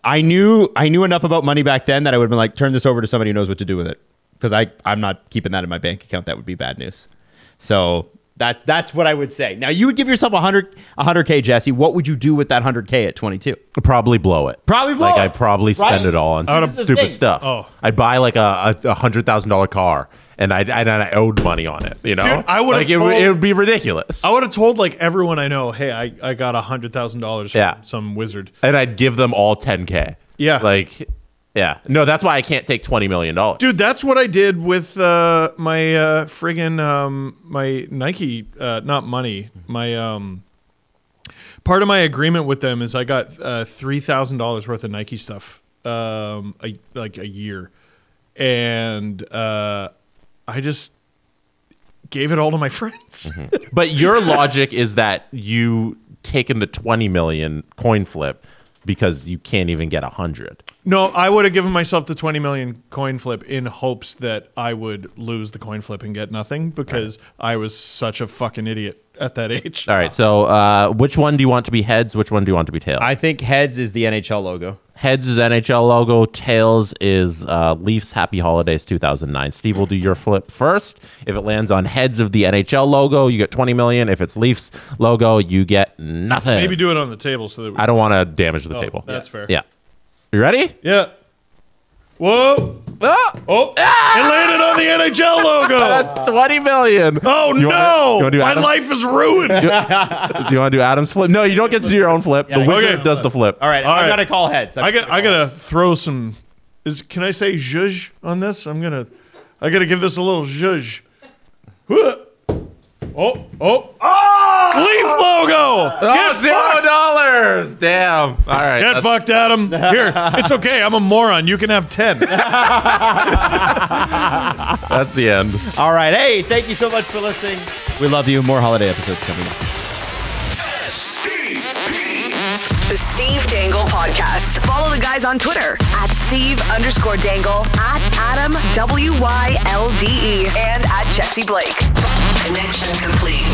B: I knew I knew enough about money back then that I would have been like, turn this over to somebody who knows what to do with it, because I I'm not keeping that in my bank account. That would be bad news. So that that's what I would say. Now you would give yourself a hundred a hundred k, Jesse. What would you do with that hundred k at twenty two?
D: Probably blow it.
B: Probably blow
D: like
B: it,
D: I probably spend
B: right?
D: it all on
B: Out of-
D: stupid
B: This is the
D: stuff.
C: Oh.
D: I'd buy like a, a, a hundred thousand dollar car, and I and I owed money on it. You know,
C: Dude, I would've Oh.
D: like it, would-
C: told-
D: it would be ridiculous.
C: i would have told like everyone i know hey i, I got a hundred thousand dollars from
D: Yeah.
C: some wizard
D: and I'd give them all 10k.
C: Yeah.
D: like yeah. No, that's why I can't take 20 million dollars.
C: dude that's what i did with uh my uh friggin um my nike uh not money my um part of my agreement with them is i got uh three thousand dollars worth of nike stuff um a, like a year and uh i just gave it all to my <laughs> friends
D: But your logic is that you taken the 20 million coin flip because you can't even get 100.
C: no i would have given myself the 20 million coin flip in hopes that i would lose the coin flip and get nothing because i was such a fucking idiot at that age
D: All right, so uh, which one do you want to be heads? Which one do you want to be tails?
B: I think heads is the NHL logo.
D: heads is NHL logo. Tails is uh, Leafs Happy Holidays 2009. Steve will do your flip first. If it lands on heads of the NHL logo, you get 20 million. If it's Leafs logo, you get nothing.
C: Maybe do it on the table so that we.
D: I don't want to damage the table.
C: that's fair.
D: Yeah. You ready?
C: Yeah. Whoa!
D: Oh,
C: Oh! It landed on the NHL
D: <laughs>
C: logo.
D: that's 20 million.
C: Oh
D: You wanna-
C: no!
D: you wanna do
C: My
D: Adam?
C: life is ruined.
D: Do you want to do Adam's flip? No, you don't get to do your own flip. the
B: I-
D: wizard
C: Okay.
D: does the flip.
B: All right,
C: All
B: I
C: right.
B: gotta call heads.
C: I got. I gotta throw some. Is can I say zhuzh on this? I'm gonna. I gotta give this a little zhuzh. Whoa. Oh! Oh! Oh!
D: Ah!
C: Leaf logo. Get
D: Oh, zero dollars. Damn. All right.
C: Get
D: that's- <laughs>
C: fucked, Adam. Here, it's okay. I'm a moron. You can have ten.
D: that's the end.
B: All right. Hey, thank you so much for listening. We love you. More holiday episodes coming up.
A: The Steve Dangle Podcast. Follow the guys on Twitter at Steve underscore Dangle, at Adam W Y L D E, and at Jesse Blake. Connection complete.